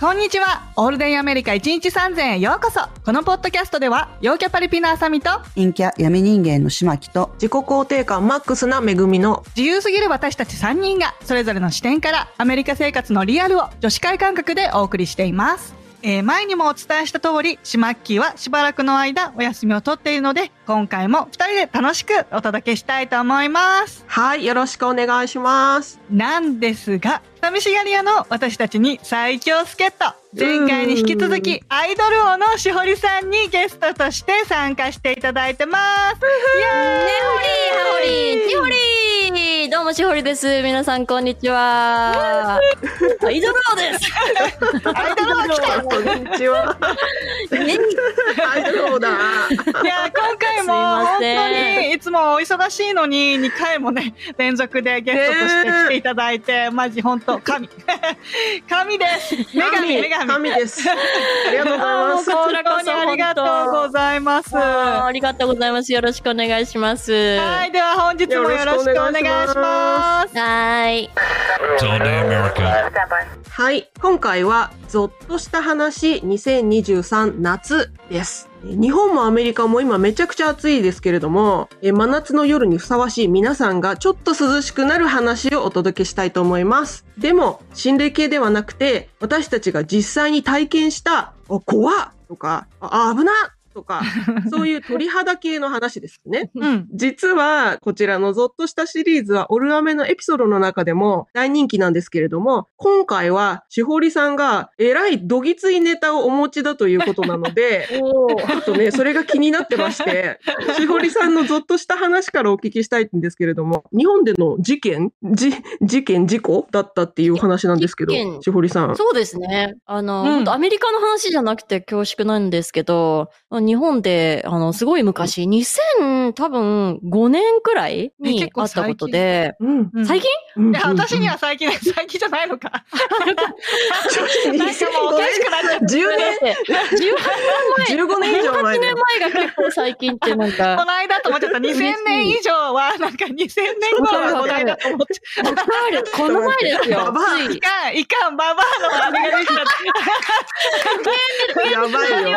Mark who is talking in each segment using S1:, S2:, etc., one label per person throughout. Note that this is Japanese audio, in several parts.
S1: こんにちは。オールデンアメリカ1日3000へようこそ。このポッドキャストでは、陽キャパリピのあさみと、
S2: 陰キャ闇人間の島木と
S3: 自己肯定感マックスな恵みの
S1: 自由すぎる私たち3人が、それぞれの視点から、アメリカ生活のリアルを女子会感覚でお送りしています。えー前にもお伝えした通り、シマッキーはしばらくの間お休みを取っているので、今回も2人で楽しくお届けしたいと思います。
S3: はいよろしくお願いします
S1: なんですが、寂しがり屋の私たちに最強助っ人、前回に引き続
S3: う
S1: き、アイドル王のしほりさんにゲストとして参加していただいてます。イ
S4: ね
S1: エ
S4: ほり
S1: ーイ
S4: ー、はほりー、ちほりー。どうもしほりです。皆さんこんにちは。アイドル王です。
S1: アイドル王来た
S3: こんにちは
S4: ね
S3: アイドル王だ
S1: いやー今回も
S4: すいま
S1: 本
S4: せん
S1: 当にいつもお忙しいのに2回もね連続でゲストとして来ていただいて、マジ本当神 神です 女神女神
S3: 神ですありがとうございます
S4: あーもうこ
S1: 本当にありがとうございます
S4: もうありがとうございます。よろしくお願いします。
S1: は
S4: はい
S1: では本日もよろしくお願いします
S4: ーい。
S5: all day America.
S3: はい今回はゾッとした話2023夏です日本もアメリカも今めちゃくちゃ暑いですけれどもえ真夏の夜にふさわしい皆さんがちょっと涼しくなる話をお届けしたいと思いますでも心霊系ではなくて私たちが実際に体験したあ怖っとかあ危なっとかそういう鳥肌系の話ですね
S1: うん
S3: 実は、こちらのゾッとしたシリーズは、オルアメのエピソードの中でも大人気なんですけれども、今回は、しほりさんが、えらいどぎついネタをお持ちだということなの で、ちょっとね、それが気になってまして、しほりさんのゾッとした話からお聞きしたいんですけれども、日本での事件、じ、事件、事故だったっていうお話なんですけど
S4: 事件、
S3: しほりさん。
S4: そうですね。あの、
S1: うん
S4: 本当アメリカの話じゃなくて恐縮なんですけど、日本で、あの、すごい昔、2000、多分、5年くらい
S1: え
S4: に
S1: 結
S4: あ
S1: 構
S4: った
S1: 最近
S4: ことで、
S3: うん。
S1: うん
S4: 最近
S3: い
S1: いや私には、最近 最近じゃないのか
S3: 2005
S1: なんかもうおかしくなっちゃ った
S3: 年、10
S4: だ
S3: 年
S4: っ、て10
S3: 15年以上前
S4: 18
S3: だ
S4: 年
S3: よ。
S4: 前が結構最近ってなんか
S1: こ、の間と思っちゃった2000年以上はなんか2000年頃のお題だと思っちゃった
S4: わかる。この前です
S3: バ
S4: よ。
S3: バア
S4: つい
S1: いかんいかんババアのあれができちゃった
S3: やばい
S1: こ
S3: よ。
S1: ないだ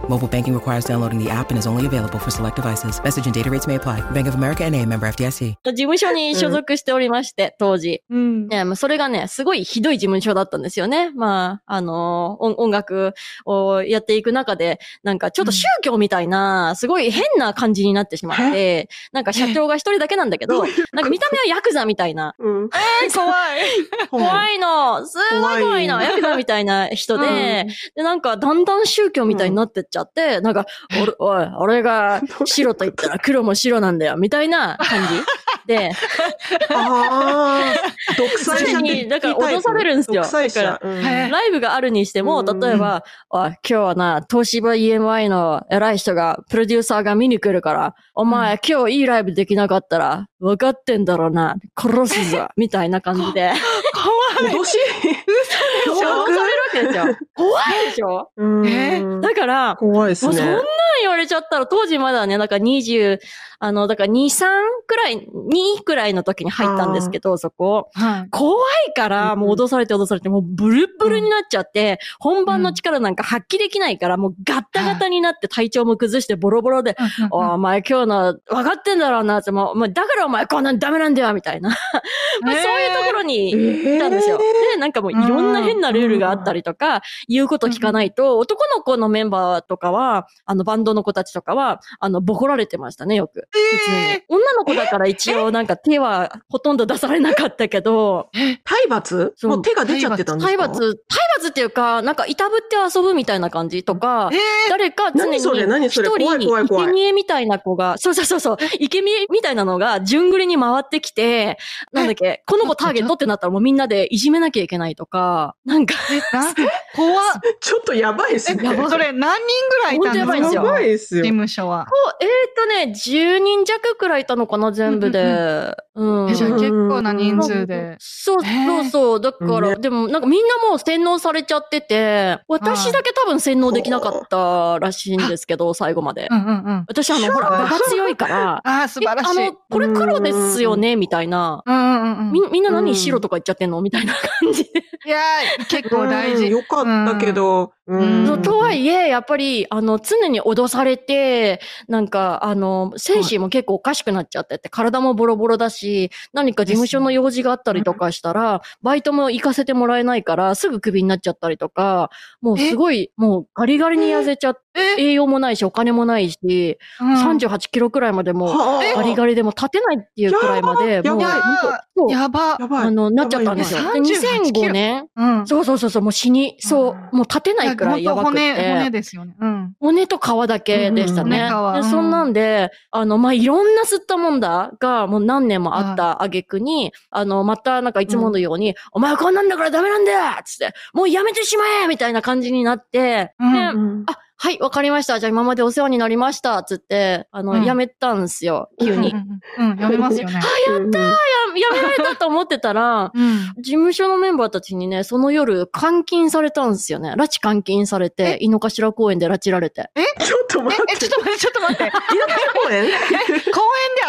S6: Mobile banking requires downloading the app and is only available for select devices. Message and data rates may apply. Bank of America and a member FDIC.
S4: 事務所に所属しておりまして、当時。
S1: うん。
S4: ね、まあ、それがね、すごいひどい事務所だったんですよね。まあ、あの、音音楽をやっていく中で、なんかちょっと宗教みたいな、すごい変な感じになってしまって、なんか社長が一人だけなんだけど、なんか見た目はヤクザみたいな、
S3: うん
S1: えー、怖い。
S4: 怖いのすごい怖いの
S3: 怖い
S4: ヤクザみたいな人で、で、なんか、だんだん宗教みたいになってっちゃって、なんか、俺、おい、俺が白と言ったら黒も白なんだよ、みたいな感 じ。で、
S3: ああ、独裁者
S4: 常にだから脅されるんですよ
S3: 独裁
S4: だ
S3: 者。
S1: ら
S4: ライブがあるにしても、
S3: うん
S4: 例えば、あ今日はな、東芝 EMI の偉い人が、プロデューサーが見に来るから、お前、今日いいライブできなかったら、分かってんだろうな、殺 すぞ、みたいな感じで、
S3: うん脅し
S4: 脅されるわけですよ。怖いでしょ
S3: うん
S1: え
S4: だから、
S3: 怖いです
S4: もうそんな
S3: ね
S4: ん。言われちゃったら、当時まだね、なんか20、あの、だから2、3くらい、2くらいの時に入ったんですけど、そこ。
S1: はい。
S4: 怖いから、
S3: うん
S4: もう脅されて脅されて、もうブルブルになっちゃって、本番の力なんか発揮できないから、もうガッタガタになって体調も崩してボロボロで、お前今日の分かってんだろうなって、もう、もうだからお前こんなんダメなんだよ、みたいな。もうそういうところに
S3: え
S4: いたんですよ。で、なんかもういろんな変なルールがあったりとか、言うこと聞かないと、男の子のメンバーとかは、あの、バンドの子たちとかは、あの、ボコられてましたね、よく。普通に
S1: え
S4: 女の子だから一応なんか手はほとんど出されなかったけど、
S3: 体罰
S4: そう
S3: もう手が出ちゃってたんです
S4: 体
S3: か
S4: 罰、体ずっていうか、なんか、いたぶって遊ぶみたいな感じとか、
S3: えー
S4: 誰か常に
S3: 何それ何
S4: 一
S3: それ
S4: 人に
S3: 怖い怖い怖い
S4: 生贄みたいな子が、そうそうそうそう、生贄みたいなのが順繰りに回ってきて、なんだっけ、この子ターゲットってなったらもうみんなでいじめなきゃいけないとか、なんか、
S7: え、な、怖っ。
S3: ちょっとやばいですね。
S7: え、それ何人ぐらいいたんですか
S4: 本当やばいですよ
S3: やばいです
S7: 事
S3: よ。
S7: 務所は。
S4: えーっとね、10人弱くらいいたのかな、全部で。うん
S7: えじゃあ結構な人数で。
S4: そう
S7: ね
S4: そ
S7: え
S4: うそう。だから、でもなんかみんなもう洗脳されちゃってて、私だけ多分洗脳できなかったらしいんですけど、最後まで
S7: う。んうんうん。
S4: 私あの、ほら、
S3: そう
S4: 場が強いから、
S7: ああ、 素
S4: え
S7: 晴らし
S4: あ
S7: い。
S4: の、これ黒ですよね、みたいな。
S7: うんうんうんうん。
S4: み、みんな
S3: う
S4: 何
S3: ん
S4: 白とか言っちゃってんのみたいな感じで。
S7: いやー、結構大
S3: うん
S7: 事。
S3: よかったけど。
S7: うん
S3: うん
S4: とはいえ、やっぱり、あの、常に脅されて、なんか、あの、精神も結構おかしくなっちゃってて、体もボロボロだし、何か事務所の用事があったりとかしたら、バイトも行かせてもらえないから、すぐクビになっちゃったりとか、もうすごい、もうガリガリに痩せちゃって、
S7: え、
S4: 栄養もないし、お金もないし、
S7: うん
S4: 38キロくらいまでもう、
S3: はあ
S4: ガリガリでも立てないっていうくらいまで、
S3: や
S4: もう、
S3: ばい
S7: やばい
S4: 本当そう
S7: やば。
S3: やばい。
S4: あの、なっちゃったんですよ。
S7: やば
S4: で
S7: いやばい38キロ
S4: 2005年
S7: うん。
S4: そうそうそうそう、もう死に、そう、もう立てないくらいやばくて。
S7: いや本当骨、骨ですよね。うん。
S4: 骨と皮だけでしたね。
S7: うんうん
S4: で
S7: うん
S4: そんなんで、あの、まあ、いろんな吸ったもんだが、もう何年もあった挙句に、あの、またなんかいつものように、お前はこんなんだからダメなんだよつって、もうやめてしまえみたいな感じになって、
S7: うん
S4: で
S3: うん
S4: あ、はい、わかりました。じゃあ今までお世話になりました。つって、あの、
S7: うん
S4: やめたんですよ、急
S7: うん
S4: に。
S7: うんうん。やめますよね。、
S4: ややめられたと思ってたら
S7: うん。
S4: 事務所のメンバーたちにね、その夜、監禁されたんですよね。拉致監禁されて、井の頭公園で拉致られて。
S3: ちょっと
S7: え
S3: 待っ、
S7: え、
S3: て。
S7: ちょっと待って、ちょっと待って。
S3: 田舎公園
S7: 公園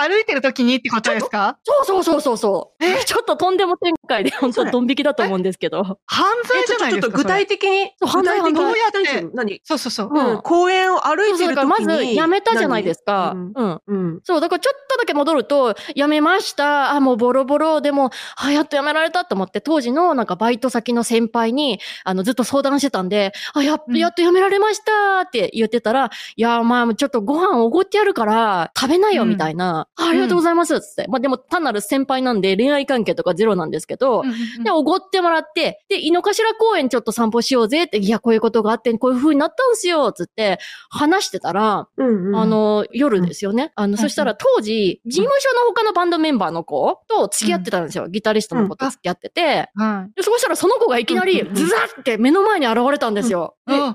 S7: で歩いてる時にってことですか
S4: そうそうそうそうそう。
S7: え
S4: ちょっととんでも展開で、本
S3: そ
S4: 当
S3: れ
S4: ドン引きだと思うんですけど。
S7: 犯
S3: え
S7: 罪じ
S3: ちょ
S7: ゃ
S3: っと
S7: な
S3: ち
S7: い
S3: ょ
S7: で
S3: っと
S7: すか。そ
S3: 具
S7: れ
S3: 体的に、
S4: そう
S3: 具体的に
S4: 犯
S3: どう
S4: 罪
S3: やっ
S7: 犯罪
S3: て、何
S7: そうそうそう。
S4: うん
S3: うん公園を歩い
S4: そう
S3: て
S4: だ
S3: る
S4: から
S3: 時
S4: ま
S3: に。
S4: ず、やめたじゃないですか。
S3: 何
S4: うん。
S3: うん。
S4: そう、だからちょっとだけ戻ると、やめました。あ、もうボロボロ。でも、あ、やっとやめられたと思って、当時のなんかバイト先の先輩に、あの、ずっと相談してたんで、あ、やっ
S7: うん
S4: やっとやめられましたって言ってたら、いや、まあ、ちょっとご飯おごってやるから、食べないよ、
S7: うん
S4: みたいな、あ。ありがとうございます。つって。まあ、でも、単なる先輩なんで、恋愛関係とかゼロなんですけど、
S7: うんうんうん
S4: で、おごってもらって、で、井の頭公園ちょっと散歩しようぜって、いや、こういうことがあって、こういう風になったんすよ、つって、話してたら、
S3: うんうん
S4: あ、の、夜ですよね。あの、
S7: ん
S4: そしたら当時、事務所の他のバンドメンバーの子と付き合ってたんですよ。ギタリストの子と付き合ってて。
S7: は
S4: で、そうしたらその子がいきなり
S3: うんうん、
S4: ズザって目の前に現れたんですよ。
S7: う
S4: で
S7: ん
S4: え
S7: うん
S4: っ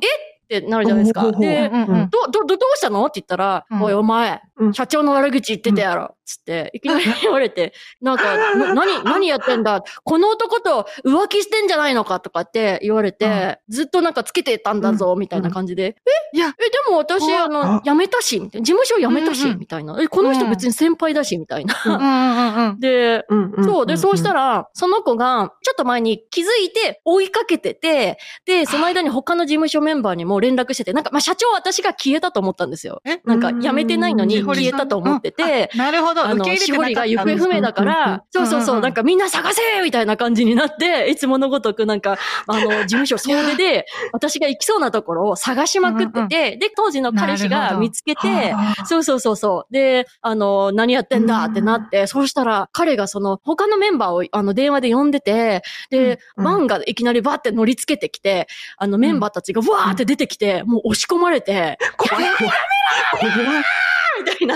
S4: てなるじゃないです
S3: ほ
S4: か。
S3: うほうほう
S7: い。
S4: で、
S7: うんうんうん
S4: ど、ど、ど、どうしたのって言ったら、
S7: うん
S4: おい、お前
S3: う、ん
S4: 社長の悪口言ってたやろ、つって、いきなり 言われて、なんか、な何、何やってんだ、この男と浮気してんじゃないのかとかって言われて、ずっとなんかつけてたんだぞ、みたいな感じで、
S7: いや、
S4: え、でも私、
S7: 怖
S4: あの、辞めたし、みたいな事務所辞めた
S7: うん
S4: し、
S7: うん
S4: みたいな。え、この人別に先輩だし、みたい
S7: うんう
S4: な。
S7: んうんうん。
S4: で、
S3: うんん
S4: そう。で、そうした
S3: ら、
S4: ら、その子が、ちょっと前に気づいて追いかけてて、で、その間に他の事務所メンバーにも連絡してて、なんか、まあ、社長は私が消えたと思ったんですよ。
S7: え
S4: なんか、辞めてないのに
S7: うん
S4: 消えたと思ってて、
S7: なるほど。
S4: あ
S7: 受
S4: の、
S7: け入れて
S4: し
S7: な
S4: ほ
S7: かった
S4: りが行方不明だか
S3: うんうんうん
S4: ら、そうそう
S7: うんうん
S4: そ
S7: うん
S4: う、なんかみんな探せみたいな感じになって、いつものごとくなんか、あの、事務所総出で、私が行きそうなところを探しまくってて、で、当時の彼氏
S7: なるほ
S4: が
S7: ど
S4: 見つけて、
S3: はあ
S4: そうそうそうそう。で、あの、何やってんだってなって、そうしたら彼がその他のメンバーをあの電話で呼んでて、で、
S3: うん
S4: バンがいきなりバーって乗りつけてきて、あのメンバーたちがわーって出てきて、もう押し込まれて、
S3: 怖い怖い怖い
S4: みたいな。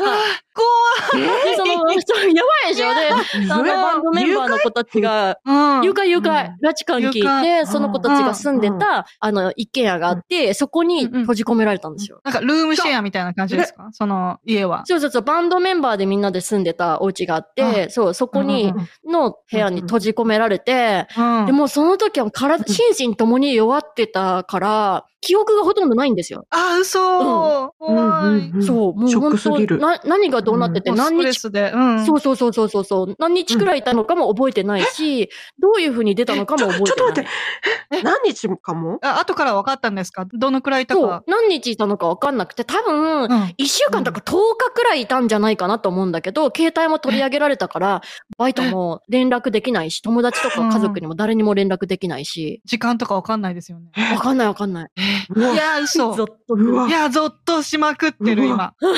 S7: 怖
S4: で、その、そうやばいでしょで、あのバンドメンバーの子たちが、
S7: い。
S4: 誘拐誘拐、拉致監禁
S7: 誘拐
S4: で、その子たちが住んで
S3: う
S4: た、あの、一軒家があって、そこに
S7: うんうん
S4: 閉じ込められたんですよ。
S7: なんか、ルームシェアみたいな感じですかその家は。
S4: そうそうそう、バンドメンバーでみんなで住んでたお家があって、そう、そこ
S7: うん
S4: に
S7: うんうん、
S4: の部屋に閉じ込められて、
S7: うん
S4: でもうその時は体、心身ともに弱ってたから、記憶がほとんどないんですよ。
S7: あ、嘘怖い。
S3: うん
S4: そう、も
S3: ショ
S4: う
S3: ックすぎ
S4: 本当
S3: る
S4: な、何がどうなってて、
S7: もう
S4: 何
S7: ストレ
S4: 日、
S7: スで。うん。
S4: そうそうそうそうそうそう、何日くらいいたのかも覚えてないし、どういう風に出たのかも覚えてない。
S3: ちょちょっと待って何日もかも
S7: あ後から分かったんですかどのくらいいた
S4: そう
S7: か。、
S4: 何日いたのかわかんなくて、多分、
S7: うん
S4: 一週間とか10日くらいいたんじゃないかなと思うんだけど、携帯も取り上げられたから、バイトも連絡できないし、友達とか家族にも誰にも連絡できないし、
S7: 時間とか分かんないですよね。
S4: わかんないわかんない。
S3: うわ
S7: いや、
S4: ゾ
S7: 嘘。
S4: ッと。
S3: うわ
S7: いや、ゾッとしまくってる、
S3: う
S7: 今。えー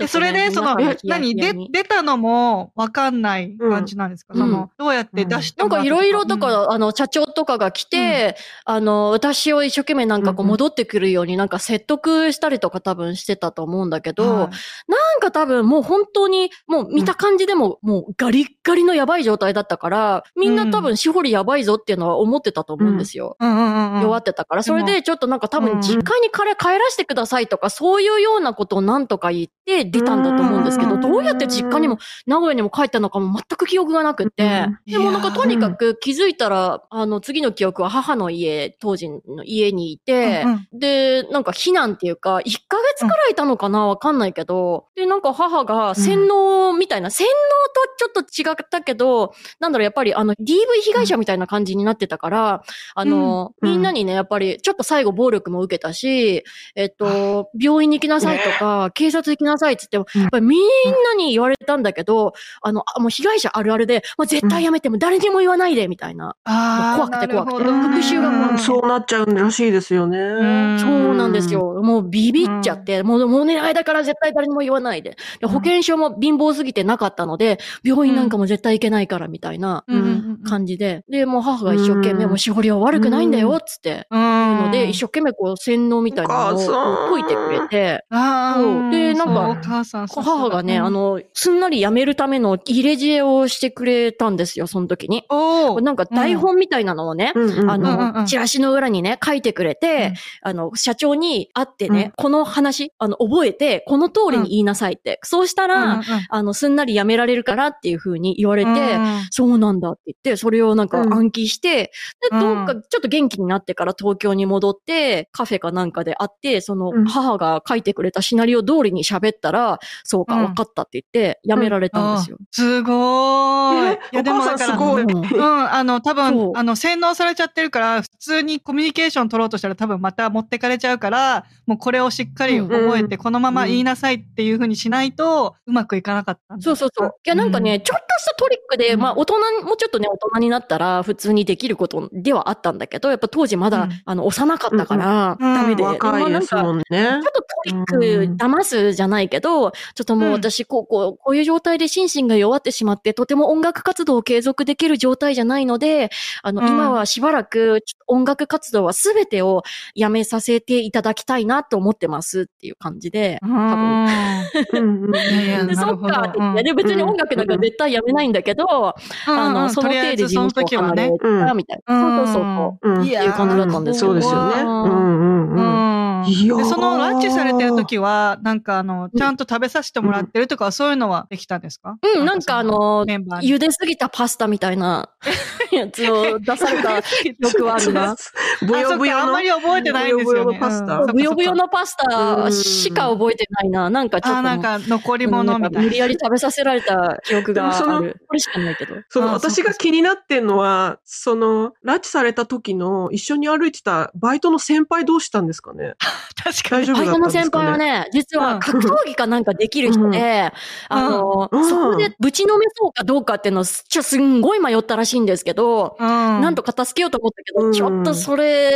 S7: えそれで、その
S4: 中の冷や、
S7: 何
S4: 冷や
S7: で
S4: に、
S7: 出たのもわかんない感じなんですか、
S4: うん
S7: その、どうやって出して
S4: なん
S7: もら
S4: か
S7: っ
S4: い
S7: た
S4: ろいろとか、あの、社長とかが来て、あの、私を一生懸命なんかこ
S3: う
S4: う
S3: んうん
S4: 戻ってくるようになんか説得したりとか多分してたと思うんだけど、
S7: はい
S4: なんか多分もう本当に、もう見た感じでも、もうガリッガリのやばい状態だったから、みんな多分しほりやばいぞっていうのは思ってたと思うんですよ。
S7: うんうんうんうん。
S4: 弱ってたから、それでちょっとなんか多分実家に彼帰らせてくださいとか、そういうようなことをなんとか言って出たんだと思うんですけ
S7: う
S4: ど、
S7: ん
S4: どうやって実家にも名古屋にも帰ったのかも全く記憶がなくって、
S7: うん
S4: でもなん
S7: い
S4: か
S7: やー
S4: とにかく気づいたら、あの次の記憶は母の家、当時の家にいて、
S7: うんうん
S4: で、なんか避難っていうか、1ヶ月くらいいたのかなわかんないけど、で、なんか母が洗脳みたいな、洗脳とちょっと違ったけど、なんだろう、やっぱりあの DV 被害者みたいな感じになってたから、あの、
S3: うん
S4: みんなにね、やっぱりちょっと最後暴力も受けたし、えっと、病院に行きなさいとか、警察行きなさいって言っても、やっぱりみんなに言われたんだけど、あの、あもう被害者あるあるで、もう絶対やめて、もう誰にも言わないで、みたいな。
S7: あー
S4: 怖くて怖くて
S7: なるほど
S4: 復讐が怖
S3: うんそうなっちゃうらしいですよね。
S7: うん
S4: そうなんですよ。もうビビっちゃって、もう、もうね、間から絶対誰にも言わないで。で
S7: うん
S4: 保険証も貧乏すぎてなかったので、病院なんかも絶対行けないから、みたいな
S7: うんうんうん
S4: 感じで。で、もう母が一生懸命、
S3: うん
S4: もうしほりは悪くないん
S3: う
S4: だよ
S3: ん、
S4: つって。
S7: うん
S4: ので、一生懸命こう洗脳みたいなの
S3: お母さん
S4: を解いてくれて、
S7: ああ、
S4: そうでなんか
S7: そうお母さん、
S4: 母がね、
S7: うん
S4: あ、の、すんなり辞めるための入れ知恵をしてくれたんですよ、その時に。
S7: おお、
S4: なんか台本みたいなのをね、
S3: うんうんうん
S4: あの、
S7: うんうん
S4: チラシの裏にね、書いてくれて、あの、社長に会ってね、
S3: うん
S4: この話、あの、覚えて、この通りに言いなさいって。そうしたら、
S7: うんうん
S4: あの、すんなりやめられるからっていう風に言われて、
S7: うん
S4: そうなんだって言って、それをなんか
S3: うん
S4: 暗記して、
S7: うん
S4: で、どっか、ちょっと元気になってから東京に戻って、カフェかなんかで会って、その
S3: うん、
S4: 母が書いてくれたシナリオ通りに喋ったら、そうか、
S7: うん
S4: わかったって言って、やめられたんですよ。
S7: す
S3: え
S7: ごーい。いや、
S3: お
S7: でも
S3: 母さ
S7: だ
S3: ん
S7: か
S3: す
S7: ら、
S3: ごい。
S4: うん
S7: うん、あの、多
S4: そう
S7: 分、あの、洗脳されちゃってるから、普通にコミュニケーション取ろうとしたら多分また持ってかれちゃうから、もうこれをしっかり覚えて、
S3: う
S7: このまま言いなさいっていうふうにしないと、うまくいかなかったんだ
S4: そうそうそう。いや、なんかね、ちょっとしたトリックで、
S7: うん
S4: まあ、大人に、もうちょっとね、大人になったら、普通にできることではあったんだけど、やっぱ当時まだ、
S7: うん
S4: あの、幼かったから、
S7: うんうん
S4: ダメで。
S3: 若い
S4: まあな
S3: で
S4: ん
S3: す
S4: か
S3: もんね
S4: ちょ。っとトリック騙すじゃないけど、ちょっともう
S7: うん
S4: 私、こう、こう、こういう状態で心身が弱ってしまって、とても音楽活動を継続できる状態じゃないので、あの、
S7: うん
S4: 今はしばらく、ちょっと音楽活動は全てをやめさせていただきたいなと思ってますっていう感じで、
S7: うん。
S4: 多分
S3: うんうん
S7: いやいや
S4: で、
S7: な
S4: そ
S7: る
S4: っ
S7: ほど
S4: かって言って、で、別に音楽なんか絶対やめないんだけど、あ
S7: うんう
S4: の、
S7: ん
S4: その程度事務
S7: とりあえず
S4: 所を離れ
S3: その時はね
S4: た、みたいな。そうそうそう。
S3: うん
S7: いや
S4: っていう感じだったんです
S3: そうですよね。
S4: う
S3: うんんう
S7: う
S3: んうん。
S7: ん。うん
S3: いやー
S7: で、そのランチされてる時は、なんかあの、ちゃんと食べさせてもらってるとか、そういうのはできたんですか
S4: うん、なんかあの、
S7: メンバーに。
S4: 茹ですぎたパスタみたいなやつを出された記憶はあ るな。
S3: ぶよぶ
S7: あそっか
S3: よ
S7: あん
S3: の
S7: ま。り覚えてないんですよ、
S3: ぶよぶよの
S7: ね。
S3: パスタ
S7: うん
S4: ぶよぶよ。のパス
S3: う
S4: タ
S3: ん
S4: しか覚えてないな。なんかちょっ
S7: あ、
S4: と。
S7: なんか残り
S4: うん
S7: 物みた
S4: 無
S7: い
S4: 理やり食べさせられた記憶が
S3: でもその
S4: ある。これしかないけど。
S3: その
S7: あそうか
S3: 私が気になってんのは、その、拉致された時の一緒に歩いてたバイトの先輩どうしたんですかね
S7: な。確か
S3: 大
S7: に。
S3: 丈夫
S4: バイ
S3: だった
S4: ト
S3: ん
S4: の
S3: です
S4: 先輩
S3: か
S4: は
S3: ね
S4: ね、実
S7: う
S4: は
S7: ん
S4: 格闘技かなんかできる人で、
S7: うん
S4: あの、
S3: うん
S4: そこでぶちのめそうかどうかっていうのをすちょすんごい迷ったらしいんですけど、
S7: な
S4: なんと、か助けようと思ったけど、
S3: うん
S4: ちょっとそれやっ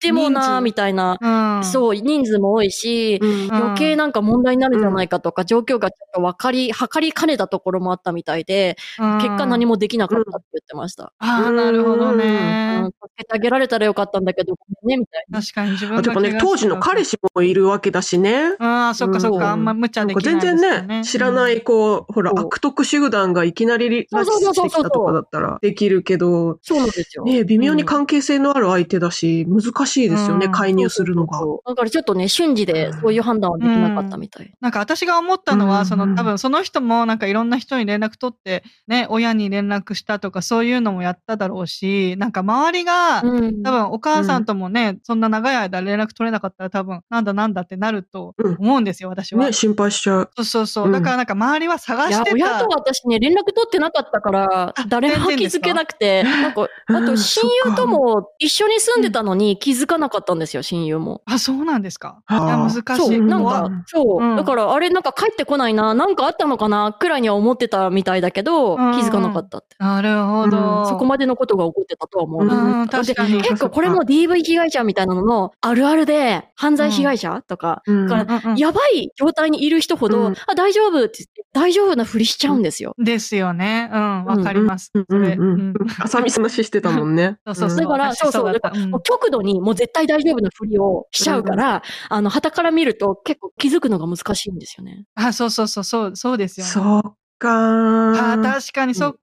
S4: ても
S7: 人
S4: な、
S7: 数
S4: みたいな。
S7: うん、
S4: そう、人数も多いし、
S3: うん
S7: うん
S4: 余計なんか問題になるんじゃないかとか、状況がちょっと分かり、測りかねたところもあったみたいで、
S7: うん、
S4: 結果何もできなかったって言ってました。
S7: ああ、なるほど
S4: うん、
S7: ね。
S4: 助けてあげられたらよかったんだけど、ごめんね、みたいな。
S7: 確かに自分
S3: あ
S7: が
S3: でもね、当時の彼
S7: 氏。
S3: 氏もいるわけだしね。
S7: ああ、そっかそっ
S3: うん
S7: か。あんま無茶
S3: なん
S7: で
S3: か
S7: きない
S3: 全
S7: ですよ、ね。
S3: 然ね、知らない、こう、ほら、
S4: そう
S3: 悪徳集団がいきなり拉致してきたとかだったらできるけど、
S4: そうなんですよ。
S3: ね、微妙に
S4: うん
S3: 関係性のある相手だし、難しいですよ
S7: う
S3: ね、
S7: ん
S3: 介入するのが。
S4: だからちょっとね、瞬時でそういう判断はできなかったみたい。
S7: なんか私が思ったのは、
S3: うん
S7: その多分その人もなんかいろんな人に連絡取って、ね、親に連絡したとかそういうのもやっただろうし、なんか周りが、
S4: うん
S7: 多分お母さんともね、そんな長い間連絡取れなかったら多分なんだなんだってなると思うんですよ、私は。
S3: ね、心配しちゃう。
S7: そうそうそうう。
S3: ん
S7: だからなんか周りは探
S4: いや
S7: して、
S4: 親
S7: た
S4: と。私ね、連絡取ってなかったから、誰も
S7: 全然
S4: 気
S7: です
S4: づ
S7: か
S4: けなくて、なんか、あ
S3: う
S4: と
S3: ん
S4: 親友とも一緒に住んでたのに気づづかなかったんですよ、親友も。
S7: あ、そうなんですか。い
S3: あー
S7: や難しい。
S4: そう、なん
S7: 怖
S4: か
S7: い、
S4: そう、
S3: うん
S4: だから、あれ、なんか帰ってこないな、なんかあったのかな、くらいには思ってたみたいだけど、
S7: うん
S4: 気づかなかったって。
S7: なるほど。
S4: そこまでのことが起こってたとは思う
S3: で
S7: うん、
S4: だって
S7: 確かに。
S4: 結構これも DV 被害者みたいなののあるあるで、犯罪被害者とか、
S3: うん
S4: から
S7: うんうん
S4: やばい状態にいる人ほど、
S3: うん
S4: あ、大丈夫って言って、大丈夫なふりしちゃうんですよ。
S7: ですよね。うん、わかります。
S3: うん
S7: それ
S3: うんうん
S7: うん
S3: あさみさんの話してたもんね。
S7: そうそうそ
S4: だ
S7: う
S4: から、
S7: 私
S4: そうそう、
S7: だっ
S4: だ
S7: た
S4: から、もう
S7: うん
S4: 極度にもう絶対大丈夫なふりをしちゃうから、あの、旗から見ると結構気づくのが難しいんですよね。
S7: あ、そうそうそう、そう、そうですよね。
S3: そっか
S7: あー
S3: ー。
S7: 確かにそっか、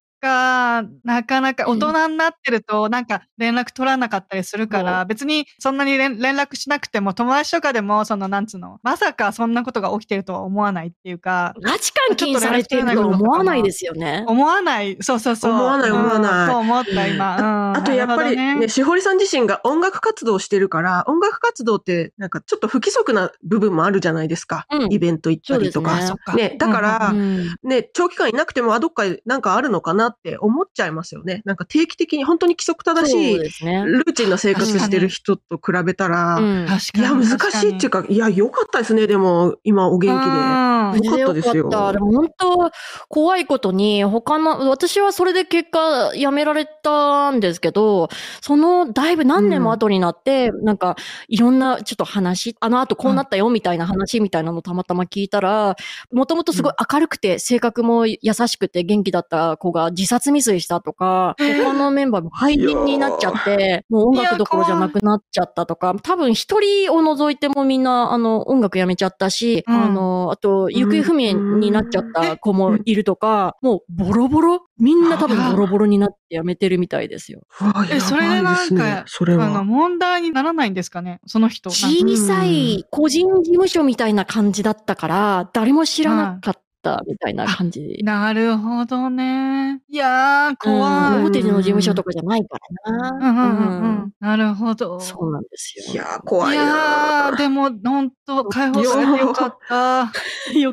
S7: なかなか
S4: う
S7: 大
S4: ん
S7: 人になってるとなんか連絡取らなかったりするから、別にそんなに連連絡しなくても友達とかでもそのなんつうのまさかそんなことが起きてるとは思わないっていうか
S4: 拉致監禁されてるとは思わないですよね。
S7: 思わないそうそうそう
S3: 思わない思わない
S7: うんそう思った今、うん
S3: あとやっぱり
S7: なる
S3: ね
S7: ほど
S3: しほりさん自身が音楽活動をしてるから、音楽活動ってなんかちょっと不規則な部分もあるじゃないですか。
S4: うん
S3: イベント行ったりと
S4: そう
S3: か。
S4: ですね
S7: そっか
S3: ね、だから、
S4: うん
S3: ね、長期間いなくても、あ、どっかなんかあるのかなって思っちゃいますよね。なんか定期的に本当に規則正し
S4: そう
S3: い
S4: ですね。
S3: ルーチンな生活してる人と比べたら、
S4: うん
S7: 確か
S3: い
S7: に
S3: や、難しいっていうか、いや、良かったですね、でも、今、お元気で。
S7: 気
S3: よかったですよ
S4: よかったでも本当、怖いことに、他の、私はそれで結果、辞められたんですけど、その、だいぶ何年も後になって、なんか、いろんな、ちょっと話、あの後こうなったよ、みたいな話みたいなのたまたま聞いたら、もともとすごい明るくて、性格も優しくて元気だった子が自殺未遂したとか、他のメンバーも廃人になっちゃって、もう音楽どころじゃなくなっちゃったとか、多分一人を除いてもみんな、あの、音楽やめちゃったし、
S7: うん
S4: あの、あと、行方不明になっちゃった子もいるとか、もうボロボロみんな多分ボロボロになってやめてるみたいですよ。
S3: うわ
S7: えそれで
S3: やばいすね
S7: なんか
S3: それ
S7: あの
S3: は。
S7: 問題にならないんですかねその人なんか
S4: 小さい個人事務所みたいな感じだったから、誰も知らなかったみたいな感じ。
S7: なるほどねいやー怖い、
S4: うん大手の事務所とかじゃないから
S7: うんうんうんう
S4: な。
S7: ん、なるほど。
S4: そうなんですよ。
S3: いや、怖
S7: い
S3: いな
S7: やー、でも、本当解放されてよかった。
S4: よ
S7: いや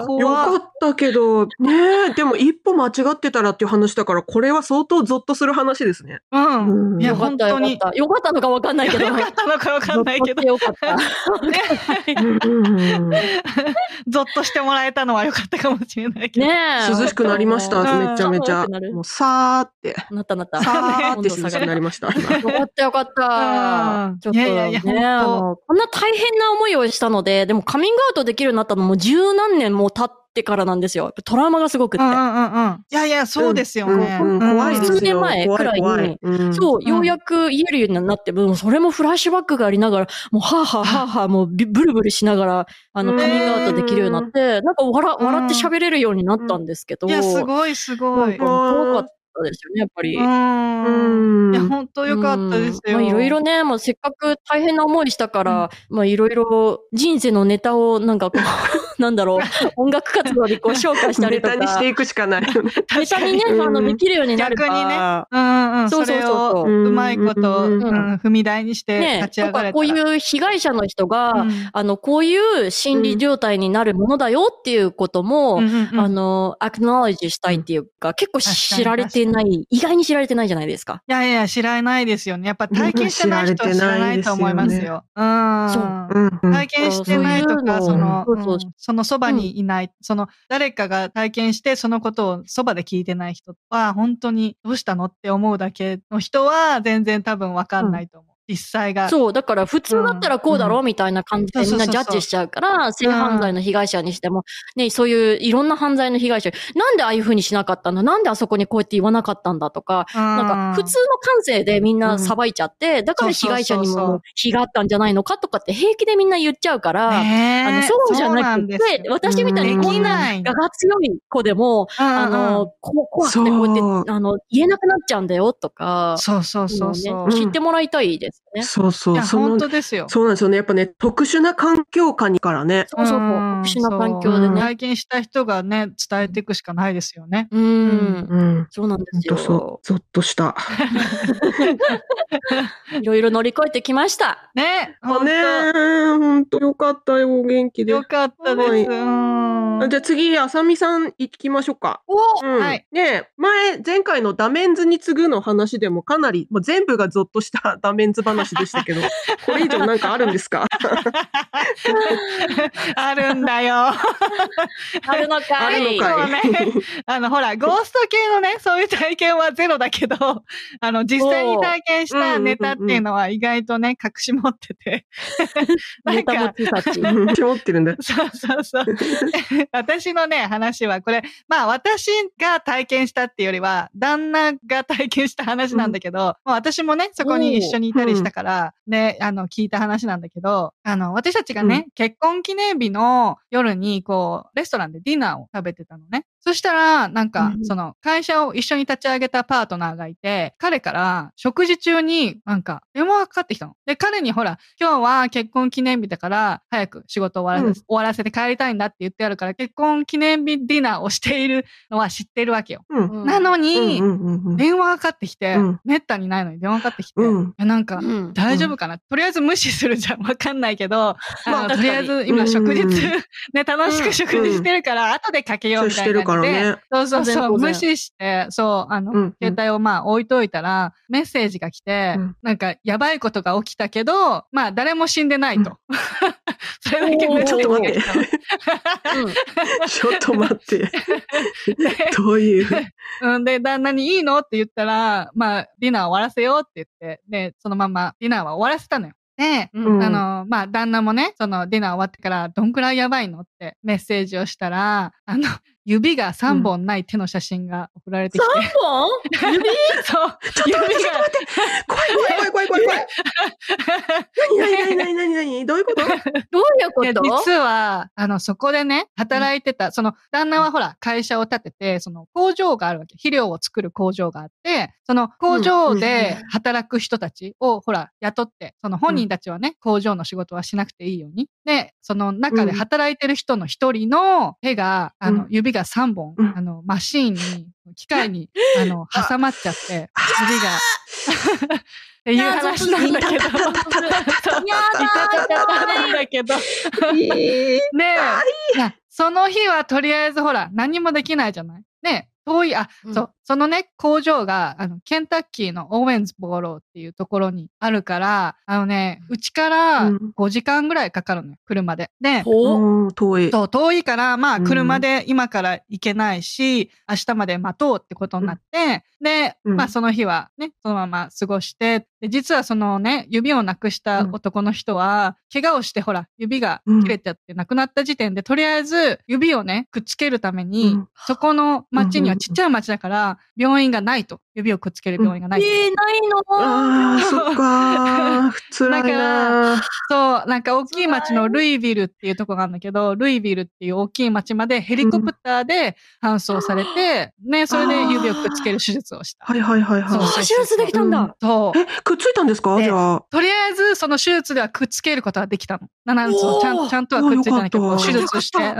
S7: ー、
S3: よか
S7: 怖
S3: ったけど、ねえ、でも一歩間違ってたらっていう話だから、これは相当ゾッとする話ですね。
S7: うん。
S3: うん
S7: いや、
S4: よかっ
S7: 本
S4: た
S7: 当
S4: よか
S7: に
S4: っ。た。よかったのかわかんないけど。
S7: よかったのかわかんない けど、
S4: よかった。
S3: うんうんうん
S7: ゾッとしてもらえたのはよかったかもしれないけど。
S4: ねえ。
S3: 涼しくなりまし
S7: う
S3: た、
S7: ん
S3: めちゃめちゃ
S4: 寒くな。る
S3: もうさー って、
S4: なったなった。
S3: さーって
S4: 温
S3: 涼
S4: 度
S3: し
S4: 下
S3: く
S4: が
S3: な
S4: る
S3: りました。
S4: よかったよかった。
S7: うん
S4: ちょっと
S7: い
S4: ね
S7: やいやいや
S4: あ
S7: 本当
S4: の、こんな大変な思いをしたので、でもカミングアウトできるようになったのも十何年も経ってからなんですよ。やっぱトラウマがすごくっ
S7: うんう
S4: て。
S7: んうんうん。いやいや、そうですよね。
S3: うんうん
S7: うん
S3: 怖いですよ。
S4: 数年前くらいに
S3: 怖い怖いうん
S4: そう、
S7: ん
S4: ようやく言えるようになって、もうそれもフラッシュバックがありながら、もうはぁはぁはぁはぁ、もうビブルブルしながら、あの、
S3: うん
S4: カミングアウトできるようになって、なんか笑、
S7: うん
S4: 笑って喋れるようになったんですけど。
S7: いや、すごいすごい。
S4: なんか怖かったですよね、やっぱり。
S7: うん。
S3: う
S7: いや、
S3: ん
S7: 本当よかったですよ。
S4: うんまあいろいろね、もうせっかく大変な思いしたから、まあいろいろ人生のネタをなんかこう、 なん だろう、音楽活動でこう紹介したり
S3: ネ
S4: と
S3: タ
S4: か。
S3: にしていくしかないよね。
S4: ネタにね、
S3: うん
S4: あの、できるようになれば。
S7: 逆にうんうん。
S4: そ
S7: そう
S4: そうそう
S7: れを、
S3: うん
S7: うまいこと、
S3: うん
S7: うん踏み台にして
S4: ね
S7: 立、ち
S4: と
S7: 上がれ
S4: か
S7: た。
S4: こういう被害者の人が、
S7: うん
S4: あの、こういう心理状態になるものだよっていうことも、
S7: うんうんうん
S4: あの、アクノロジーしたいっていうか、結構知られてない、意外に知られてないじゃないですか。
S7: いやいや、知らないですよね。やっぱ体験してない人は知らないと思いますよ。うん。
S3: うんうん
S7: 体験してないとか、
S4: そう
S7: その、
S4: そういうの
S7: うんそのそばにいない、その誰かが体験してそのことをそばで聞いてない人は、本当にどうしたのって思うだけの人は全然多分わかんないと思う。実際が。
S4: そう、だから普通だったらこうだろうみたいな感じで
S7: うん
S4: みんな
S7: そうそう
S4: ジ
S7: そう
S4: ャッジしちゃうから、性犯罪の被害者にしても、ね、そういういろんな犯罪の被害者、なんでああいう風にしなかったんだなんであそこにこうやって言わなかったんだとか、
S7: うん。
S4: なんか普通の感性でみんなさばいちゃって、だから被害者に
S7: そうそうそうそう
S4: も非があったんじゃないのかとかって平気でみんな言っちゃうから、
S7: ねえ、
S4: あのそうじゃな
S7: そう
S4: く
S7: んで
S4: て
S7: すよ、
S4: 私みたいにこんな
S7: うん
S4: 我が強い子でも、
S7: うん
S4: あ
S7: うん
S4: の、こ怖くてこうやって、あの、言えなくなっちゃうんだよとか、
S7: そうそうそうそう。
S3: ね
S4: 知ってもらいたいですね。
S3: そうそ。
S7: いうや、
S3: そ
S7: 本
S3: の
S7: 当ですよ。
S3: そうなんですよね。やっぱね、特殊な環境下にからね。
S4: そうそうそう。
S7: うん
S4: 特殊な環境で
S7: そう
S4: ね。
S7: 体験した人がね、伝えていくしかないですよね。
S4: うん。
S3: うん。
S4: そうなんで
S3: ほん
S4: すよ。
S3: とそう。ゾッと した。
S4: いろいろ乗り越えてきました。
S7: ね、
S3: あ
S7: 本当
S3: ねえ、ほんとよかったよ、お元気で。
S7: よかったです。
S3: はい
S7: うんー
S3: あじゃあ次、あさみさん行きましょうか。
S7: お
S3: うん
S7: はい。
S3: ねえ前、前回のダメンズに次ぐの話でもかなり、もう全部がゾッとした ダメンズ話でした けど、これ以上なんかあるんですか
S7: あるんだよ。
S4: あるの
S3: あ
S4: かい。
S3: るの
S7: は
S3: か
S7: い
S3: い、
S7: あの、ほら、ゴースト系のね、そういう体験はゼロだけど、あの、実際に体験したネタっていうのは意外とね、隠し持ってて。なん
S4: ネ
S7: か
S4: タ持ちたち。
S3: うん絞ってるんだ。
S7: そうそうそう。 私のね、話は、これ、まあ私が体験したっていうよりは、旦那が体験した話なんだけど、まあ私もね、そこに一緒にいたりしたから、ね、あの、聞いた話なんだけど、あの、私たちがね、結婚記念日の夜に、こう、レストランでディナーを食べてたのね。そしたら、なんか、
S3: うん
S7: その、会社を一緒に立ち上げたパートナーがいて、彼から、食事中に、なんか、電話がかかってきたの。で、彼にほら、今日は結婚記念日だから、早く仕事終わらせ、終わらせて帰りたいんだって言ってあるから、結婚記念日ディナーをしているのは知ってるわけよ。
S3: うん。
S7: なの
S3: う
S7: に、
S3: んうんうんうん。
S7: 電話がかかってきて、
S3: うん
S7: めったにないのに電話がかかってきて、
S3: うん
S7: いやなんか、
S4: うん
S7: 大丈夫かな、とりあえず無視するじゃん。わかんないけど、
S4: まあ
S7: あの、
S4: 確かに
S7: とりあえず今食事
S3: うん
S7: 中、 ね、楽しく食事してるから、後でかけよう
S3: そう
S7: みた
S3: し
S7: い
S3: て
S7: な
S3: るか
S7: 感
S3: ら
S7: じで、
S3: ね。
S7: そうそうそ
S4: 当
S7: う、
S4: 然
S7: 無視して、そう、あの、
S3: うん
S7: 携帯をまあ置いといたら、メッセージが来て、
S3: うん
S7: なんか、やばいことが起きたけど、まあ、誰も死んでないと。
S3: う
S7: それだけ
S4: おー
S7: メッ
S3: ち
S7: セー
S3: ょっ
S7: ジ
S3: と
S7: が
S3: 待って。
S7: 来たの
S3: ちょっと待 って。どういう。
S7: うん、で、旦那にいいのって言ったら、まあ、ディナー終わらせようって言って、で、そのままディナーは終わらせたのよ。で、
S4: うん
S3: うん
S7: あの、まあ、旦那もね、そのディナー終わってから、どんくらいやばいのってメッセージをしたら、あの、指が3本ない手の写真が送られてきて、
S4: 三本
S7: そう、指が、
S3: 怖い怖い怖い怖い怖い。なになになになになにどういうこと
S4: どういうこ
S7: いや
S4: と
S7: 実は、あの、そこでね、働いてた、その、旦那はほら、会社を建てて、その、工場があるわけ。肥料を作る工場があって、その、工場で働く人たちを、ほら、雇って、その、本人たちはね、工場の仕事はしなくていいように。で、その中で働いてる人の一人の手が、あ
S3: う
S7: の
S3: ん、
S7: 指が3本、
S3: うん
S7: あの、マシーンに、機械に、あの、挟まっちゃって、指が。っていう話なんだけど。
S4: やだー
S7: だったんだけど。 ねえ。いやその日はとりあえずほら、何もできないじゃないねえ遠い、あ、
S4: うん
S7: そう、そのね、工場が、あの、ケンタッキーのオーウェンズボーローっていうところにあるから、あのね、うちから
S3: うん
S7: 5時間ぐらいかかるのよ、車で。で、
S4: お
S3: うん遠い。
S7: そう、遠いから、まあ、
S3: うん
S7: 車で今から行けないし、明日まで待とうってことになって、で、
S3: うん
S7: まあ、その日はね、そのまま過ごして、で、実はそのね、指をなくした男の人は、怪我をして、ほら、指が切れちゃってなくなった時点で、とりあえず、指をね、くっつけるために、
S3: うん
S7: そこの町
S3: う
S7: に
S3: ん
S7: はちっちゃい町だから、病院がないと。指をくっつける病院がないと。
S4: えー、ないの
S3: ああ、そっ かー。辛いなー。
S7: そう、なんか大きい町のルイビルっていうとこがあるんだけど、ルイビルっていう大きい町までヘリコプターで搬送されて、ね、それで指をくっつける手術をした。
S3: はいはいはい
S7: そう
S3: は
S7: そう
S4: あ、手術できたんだ。
S7: そう。
S3: い。え、くっついたんですか
S7: ね
S3: じゃあ。
S7: とりあえず、その手術ではくっつけることはできたの。7つをちゃ
S4: お
S7: ん
S4: ー
S7: ちゃんとはくっついたんだけ
S3: おー
S7: ど、
S3: よかっ
S7: 手
S3: た
S7: 術して。うん。
S4: よ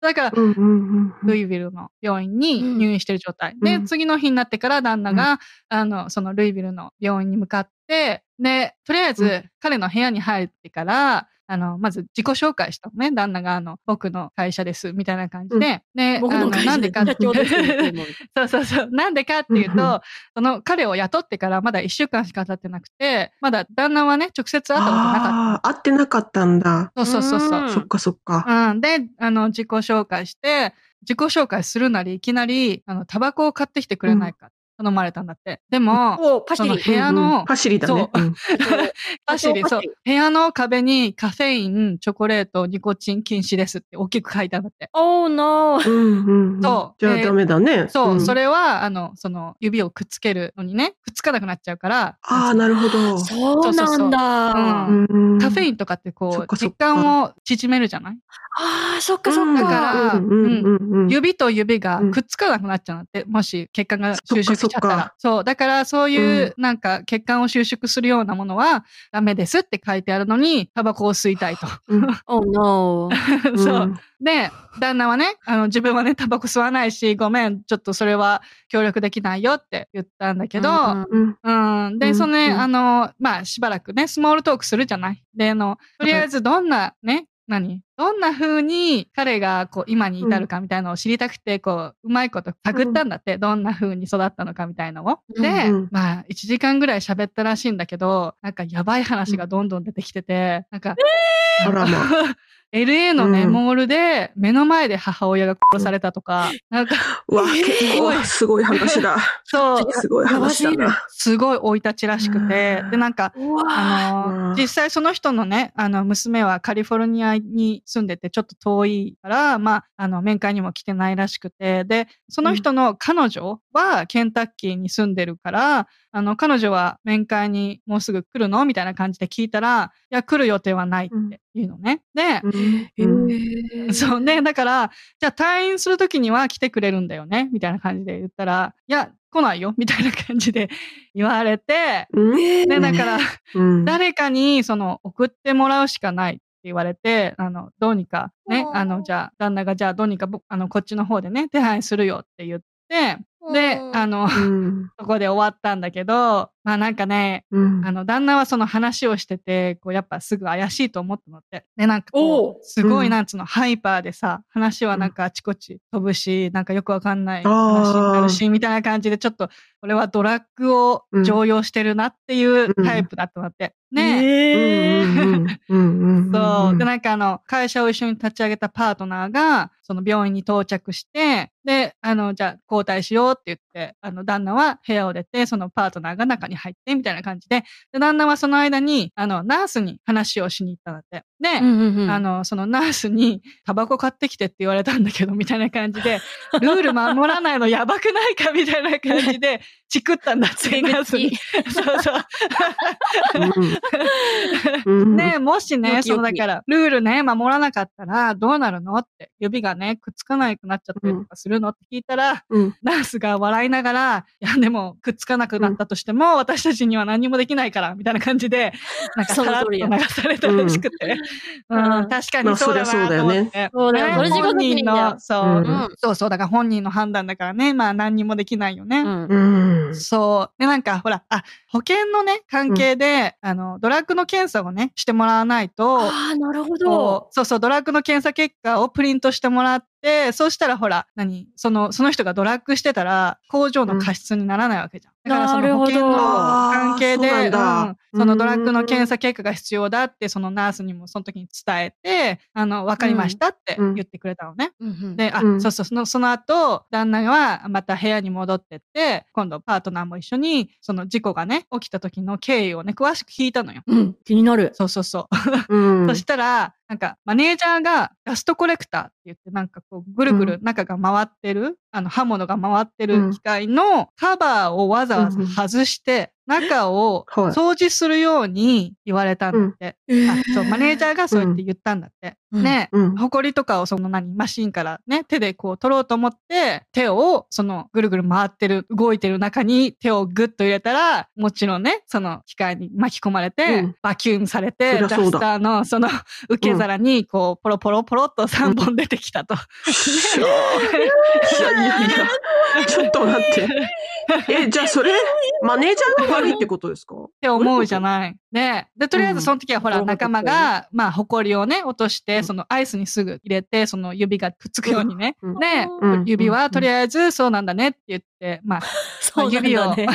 S7: だから、
S3: うんうんうんうん。
S7: ルイビルの病院に入院してる状態。
S3: んう
S7: で、
S3: ん
S7: 次の日になってから旦那が、あの、そのルイビルの病院に向かって、で、とりあえ
S3: う
S7: ず彼の部屋に入ってから、あの、まず自己紹介したのね。旦那が、あの、僕の会社です、みたいな感じで。で、
S4: 僕
S7: あ
S4: の
S7: の
S4: 会
S7: な
S4: 社
S7: ん
S4: で
S7: でかって
S4: 社長ですよね
S7: そうそうそう。なんでかっていう
S3: うんう
S7: と、その彼を雇ってからまだ1週間しか経ってなくて、まだ旦那はね、直接会ったことなかっ
S3: ああ、合ってなかったんだ。
S7: た。そうそうそうそう。
S4: ん
S3: そっかそっか。
S7: うん。で、あの、自己紹介して、自己紹介するなり、いきなり、あの、タバコを買ってきてくれないか、頼まれたんだって。でも、
S4: おパシリ。
S7: 部屋の
S3: うんうんパシリだね。
S7: そ
S3: うん
S7: パシリ、
S4: パシリ
S7: そう、部屋の壁にカフェイン、チョコレート、ニコチン禁止ですって大きく書いたんだって。
S4: おー、なー。
S3: うんうんうん。じ
S7: そう
S3: ゃあ
S7: で
S3: ダメだね。
S7: そう、
S3: ん
S7: そ。れは、あの、その、指をくっつけるのにね、くっつかなくなっちゃうから、
S3: ああ、なるほど。
S4: そうなんだ。
S7: そうそうそう
S4: あ
S3: うん
S7: カフェインとかって
S3: そ
S7: こ
S3: っ
S7: う、
S3: かそっ
S7: 血
S3: か
S7: 管を縮めるじゃない
S4: あー、そっかそっ
S7: だから
S4: か。
S3: うんうんうんうん。
S7: 指と指が
S3: うん
S7: くっつかなくなっちゃうんだって、もし血管が収縮しちゃ
S3: そっか
S7: った
S3: そっ
S7: ら
S3: か。
S7: そう、だからそういう、なんか血管を収縮するようなものはダメですって書いてあるのに、タバコを吸いたいと。
S3: うん
S4: おー、なー。
S3: うん
S7: そう。で、旦那はね、あの、自分はね、タバコ吸わないし、ごめん、ちょっとそれは協力できないよって言ったんだけど、
S4: うん
S3: うん
S7: うん。で、
S3: うん
S7: そのね、
S3: うん
S7: あの、まあ、しばらくね、スモールトークするじゃない。で、あの、とりあえずどんなね、何どんな風に彼がこう今に至るかみたいなのを知りたくて、こう、うまいこと探ったんだって、どんな風に育ったのかみたいなのを。
S4: うん
S7: で、
S3: うん
S7: まあ、1時間ぐらい喋ったらしいんだけど、なんかやばい話がどんどん出てきてて、なんか、
S3: あらま
S7: LA のね、
S3: うん
S7: モールで目の前で母親が殺されたとか、な んか、
S3: うわ、
S4: えー
S3: 結構すごい話 だ。
S7: そう、
S3: すごい話だな。
S7: すごい生い立ちらしくて
S3: う、ん
S7: で、なんか、
S4: うわ
S7: あ
S3: う
S7: の
S3: ん
S7: 実際その人のね、あの、娘はカリフォルニアに住んでて、ちょっと遠いから、まあ、あの、面会にも来てないらしくて、で、その人の彼女はケンタッキーに住んでるから、あの、彼女は面会にもうすぐ来るのみたいな感じで聞いたら、いや、来る予定はないっていうのね。で、
S3: うん
S4: ー
S7: そうね。だから、じゃあ退院するときには来てくれるんだよねみたいな感じで言ったら、いや、来ないよみたいな感じで言われて、
S3: うん
S7: で、だから、
S3: うん
S7: 誰かにその送ってもらうしかないって言われて、あの、どうにかね、
S4: うん
S7: あの、じゃあ、旦那がじゃあどうにか僕、あの、こっちの方でね、手配するよって言って、で、
S4: うん
S7: あの、
S3: うん
S7: そこで終わったんだけど、まあなんかね、
S3: うん
S7: あの、旦那はその話をしてて、こう、やっぱすぐ怪しいと思ったのって。で、なんかこ
S4: おう
S7: う、すご
S3: う
S7: い
S3: ん
S7: なんつうの、ハイパーでさ、話はなんかあちこち飛ぶし、なんかよくわかんない
S3: あー
S7: 話になるし、みたいな感じで、ちょっと、俺はドラッグを常用してるなっていうタイプだったのって。
S3: う
S7: ねえ。
S4: えー
S3: んうんうん
S7: そう。で、
S3: ん
S7: なんかあの、会社を一緒に立ち上げたパートナーが、その病院に到着して、で、あの、じゃあ交代しようって言って、あの、旦那は部屋を出て、そのパートナーが中に入って、みたいな感じで、で、旦那はその間に、あの、ナースに話をしに行ったんだって。で、
S4: うんうんうん
S7: あの、そのナースに、タバコ買ってきてって言われたんだけど、みたいな感 じで、ルール守らないのやばくないかみたいな感じで、チクったんだ って、ナースに。そうそう。
S3: うんうん
S7: ねもし
S4: よ
S7: ね、
S4: きよ
S7: そ
S4: き
S7: のだから、ルールね、守らなかったらどうなるのって、指がね、くっつかなくなっちゃったりとかするのって聞いたら、
S3: うん
S7: ナースが笑いながら、いや、でも、くっつかなくなったとしても、私たちには何もできないから、みたいな感じで、なんか、
S4: そ
S7: さ
S4: の通
S7: らっと
S4: り
S7: 流
S4: や
S7: されたらしくて。う、
S4: うんん
S7: 確か
S3: ま
S7: に
S3: あ
S7: そうだ
S3: そりゃそう
S7: な
S3: だ
S7: と
S3: よ
S7: 思
S3: ね
S7: って。
S4: そうだよ
S7: ね
S4: それ地獄
S7: 本人
S4: 人だよ
S7: の、そう、
S3: うん
S7: うんそうそう、だから本人の判断だからね、まあ何にもできないよね。
S4: うん
S3: うん
S7: そう。で、なんか、ほら、あ、保険のね、関係で、あの、ドラッグの検査をね、してもらわないと、
S4: ああ、なるほ
S7: こ
S4: ど。
S7: うそうそう、ドラッグの検査結果をプリントしてもらって、そうしたらほら、何その、その人がドラッグしてたら、工場の過失にならないわけじゃん。だからそ
S4: なる
S7: の
S4: ほ
S7: 保
S4: ど
S7: 険の関係で、
S3: あーそうなんだ
S7: うんそのドラッグの検査結果が必要だって、そのナースにもその時に伝えて、あの、わかりましたって
S3: うん
S7: 言ってくれたのね。
S4: うんうん
S7: で、あ、
S3: うん
S7: そうそう、その、その後、旦那はまた部屋に戻ってって、今度パートナーも一緒に、その事故がね、起きた時の経緯をね、詳しく聞いたのよ。
S4: うん、気になる。
S7: そうそうそう。
S3: うん
S7: そしたら、なんか、マネージャーがガストコレクターって言って、なんかこう、ぐるぐる中が回ってる、あの、刃物が回って
S3: う
S7: る
S3: ん
S7: 機械のカバーをわざわざ外して、中を
S3: はい
S7: 掃除するように言われたんだって。あそう、マネージャーがそうやって言ったんだって。
S4: うん
S7: ね、
S3: うん
S7: ほこりとかをその何、マシンからね、手でこう取ろうと思って、手をそのぐるぐる回ってる、動いてる中に手をグッと入れたら、もちろんね、その機械に巻き込まれて、
S3: うん
S7: バキュームされて、
S3: そり
S7: ダ
S3: ゃそう
S7: ス
S3: だ
S7: ターのその受け皿にこう、ポロポロポロっと3本出てきたと。
S3: いやいやいや、ちょっと待って。え、じゃあそれ、マネージャーが悪いってことですか
S7: って思うじゃない。で、で、とりあえずその時はほら、
S4: うん
S7: 仲間が、まあ、埃をね、落とし
S3: う
S7: て、
S3: ん
S7: そのアイスにすぐ入れて、その指がくっつくようにね。
S3: うん
S7: で、
S3: うん
S7: 指はとりあえず、そうなんだねって言って、まあ、
S4: そうなんだ
S7: 指を
S4: ね。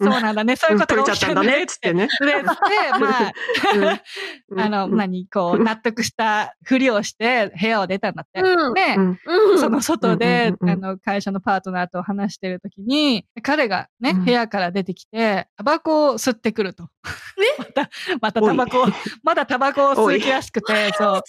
S7: そうなんだね、そういうこと
S3: 取れ
S7: が
S3: ちゃ
S7: 起
S3: っ
S7: きた
S3: たん
S7: ん
S3: だ
S7: だ
S3: ね
S7: ね
S3: っ。つってね。
S7: と りあえずで、まあ、
S3: うん
S7: あの、
S3: うん
S7: 何、こう、納得したふりをして、部屋を出たんだって。
S4: うん
S7: で、
S3: うん
S4: うん
S7: その外で、
S3: うんうんうん
S7: あ
S3: うん
S7: の、会社のパートナーと話してる時に、彼がね、
S3: うん
S7: 部屋から出てきて、タバコを吸ってくると。 また、またタバコを、まだタバコを吸う気らしくて、 そう。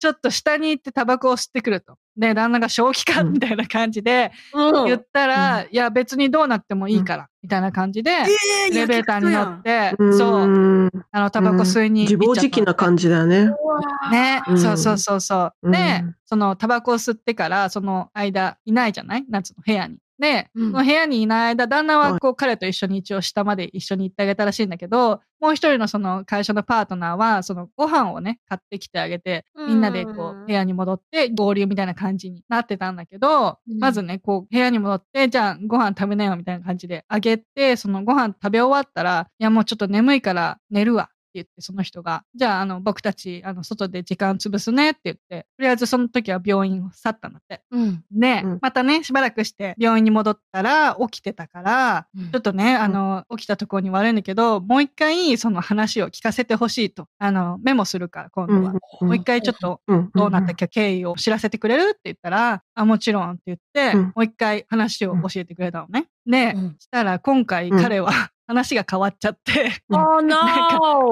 S7: ちょっと下に行ってタバコを吸ってくると。で、旦那が正気か
S3: うん
S7: みたいな感じで、
S4: うん
S7: 言ったら、いや、別にどうなってもいいから、みたいな感じで、エレベーターに乗って、そう、
S3: ん
S7: あの、タバコ吸いに
S3: 自
S7: 行っちゃ
S3: 暴
S7: った
S3: 自棄な感じだよね。
S7: ね、
S3: うん
S7: そうそうそうそう。
S3: うん
S7: で、そのタバコを吸ってから、その間いないじゃない夏の部屋に。で、
S4: うん
S7: その部屋にいない間、旦那
S3: は
S7: はいこう彼と一緒に一応下まで一緒に行ってあげたらしいんだけど、もう一人のその会社のパートナーは、そのご飯をね、買ってきてあげて、みんなでこ
S4: うん
S7: う部屋に戻って合流みたいな感じになってたんだけど、
S4: うん
S7: まずね、こう部屋に戻って、じゃあご飯食べなよみたいな感じであげて、そのご飯食べ終わったら、いやもうちょっと眠いから寝るわ。って言って、その人が、じゃあ、あの、僕たち、あの、外で時間潰すねって言って、とりあえずその時は病院を去ったんだって。
S4: うん。
S7: で、
S3: うん
S7: またね、しばらくして病院に戻ったら、起きてたから、
S4: うん
S7: ちょっとね、あの、起きたところに悪いんだけど、もう一回、その話を聞かせてほしいと、あの、メモするから、今度は。もう一回ちょっと、
S3: うん
S7: どうなったか経緯を知らせてくれるって言ったら、あ、もちろんって言って、
S3: うん
S7: もう一回話を教えてくれたのね。で、
S4: うん
S7: したら今回
S3: うん
S7: 彼は 話が変わっちゃって、
S4: Oh
S7: なんか
S4: no!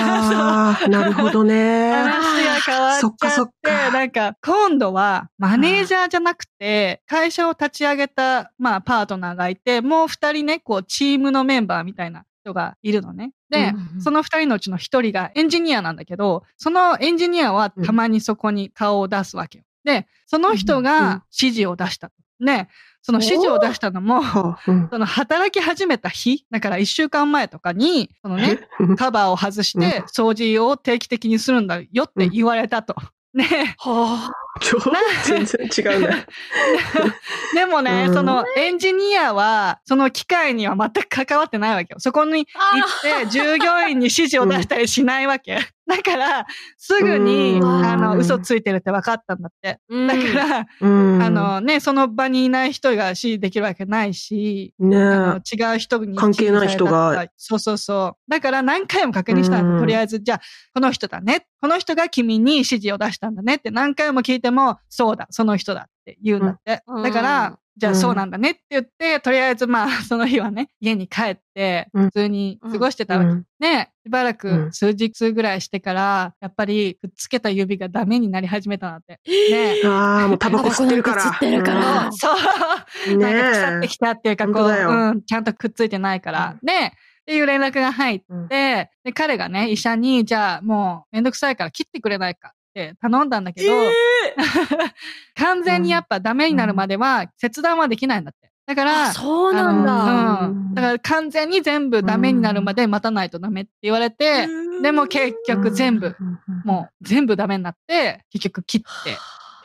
S3: ああ、なるほど ね。
S7: 話が変わっち
S3: そっか
S7: ゃ
S3: そ
S7: っ、
S3: ってか
S7: なんか今度はマネージャーじゃなくて、会社を立ち上げた、まあパートナーがいて、もう二人ね、こうチームのメンバーみたいな人がいるのね。で、そ
S4: の、
S7: の二人のうちの一人がエンジニアなんだけど、そのエンジニアはたまにそこに顔を出すわけよ。で、その人
S3: うんうん
S7: が指示を出した。ね、その指示を出したのも、
S3: はあうん
S7: その働き始めた日、だから一週間前とかに、そのね、
S3: うん
S7: カバーを外して
S3: うん
S7: 掃除を定期的にするんだよって言われたと。ね、
S4: は
S3: ちょ全然違う ね。
S7: でもね、
S3: うん
S7: そのエンジニアは、その機械には全く関わってないわけよ。そこに行って、従業員に指示を出したりしないわ け。だから、すぐに、
S3: うん
S7: あの、嘘ついてるって分かったんだって。
S4: ぁ。
S7: だ
S4: だ
S7: から、
S3: うん
S7: あ、のね、その場にいない人が指示できるわけないし、あ
S3: ね
S7: の違う人に
S3: 関係ない人が
S7: 指示されたとか。そうそうそう。だから何回も確認した
S3: う
S7: の。
S3: ん
S7: とりあえず、じゃあ、この人だね。この人が君に指示を出したんだねって何回も聞いても、そうだ、その人だって言うんだって。
S4: うん
S7: だか
S4: うん
S7: ら、じゃ
S3: う
S7: あ
S3: ん
S7: そうなんだねって言って、とりあえずまあ、 その日はね、家に帰って、
S3: うん
S7: 普通に過ごして
S3: え。
S7: たわけ。
S3: うん
S7: ね、しばら
S3: う
S7: く
S3: ん
S7: 数日ぐらいしてから、やっぱりくっつけた指がダメになり始めたな って。ね。
S3: ああ、もうタバコ吸ってるから。
S4: タバコなんか吸ってるから
S3: うん
S7: そう。
S3: ね
S7: なんか腐ってきたっていうか、こう、
S3: 本当だよ
S7: うん、ちゃんとくっついてないから。で、っていう連絡が入って、
S3: うん
S7: で、彼がね、医者に、じゃあもうめんどくさいから切ってくれないかって頼んだんだけど、 完全にやっぱダメになるまでは切断はできないんだって。だから、
S4: そうなんだ。
S7: あのうんだから完全に全部ダメになるまで待たないとダメって言われて、でも結局全部、。もう全部ダメになって、結局切って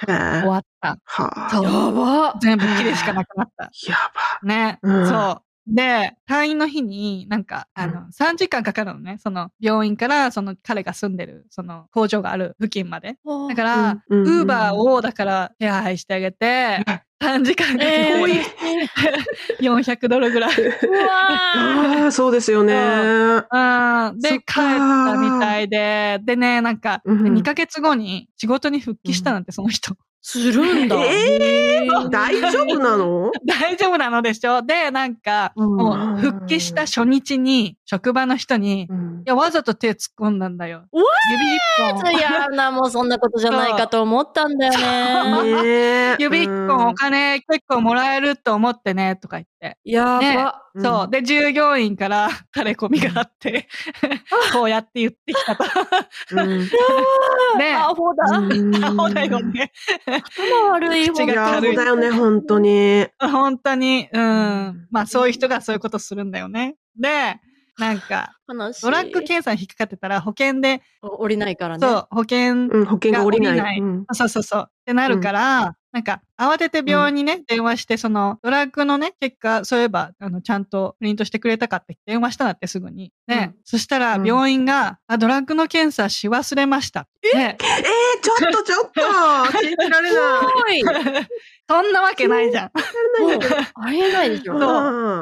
S3: うん。へ
S7: 終
S3: え
S7: わった。
S3: はあ。
S7: そう
S4: やば
S7: 全部切るしかなくなった。
S3: やば。
S7: ね、
S3: うん
S7: そう。で、退院の日に、なんか、あの、3時間かかるのね。その、病院から、その、彼が住んでる、その、工場がある付近まで。
S4: い。
S7: だから、
S3: うんうんうん
S7: ウーバーを、だから、手配してあげて、3時間かけ
S4: え
S7: て、400ドルぐ らい。
S4: うわ
S3: ああ、そうですよね。
S7: うん。で、
S3: そ
S7: 帰
S3: っ
S7: っ
S3: か
S7: たみたいで、でね、なんか、
S3: うん
S7: 2ヶ月後に仕事に復帰したなんて、その人。
S4: するんだ。
S3: ええ大丈夫なの
S7: 大丈夫なのでしょで、なんか、
S3: うん
S7: もう、復帰した初日に、職場の人に、いや、わざと手突っ込んだんだよ。
S4: うわ
S7: 指一
S4: そ
S7: 本。
S4: いやな、もうそんなことじゃないかと思ったんだよね。
S3: ねえ
S7: 指一本お金結構もらえると思ってね、とか言って。
S4: や
S7: ね
S4: ば。
S3: うん
S7: そう。で、従業 員から垂れ込みがあって、こうやって言ってきたと。
S3: うん
S7: ね
S4: アホだ。
S3: うん
S7: そうだよね。
S4: 頭悪い方
S7: 口
S3: いや
S7: が軽
S3: そう
S7: い
S3: だよね、本当に。
S7: 本当に。うん。まあ、そういう人がそういうことするんだよね。で、なんか、
S4: 話。
S7: ドラッグ検査に引っかかってたら保険で、
S4: 降りないからね。
S7: そう、保険
S3: うん、保険が下り
S7: が降り
S3: な
S7: ない
S3: い。うん
S7: そうそうそう。ってなるから、なんか、慌てて病院にね、電話して、その、ドラッグのね、結果、そういえば、あの、ちゃんとプリントしてくれたかって電話したんだって、すぐに。ね。そしたら、
S3: うん
S7: 病院が、あ、ドラッグの検査し忘れました。ね。
S3: ええ、ちょっとちょっ と信じられない。
S4: すごい。
S7: そんなわけないじゃん。
S4: もうありえないでし
S7: う
S4: ょ。
S3: そ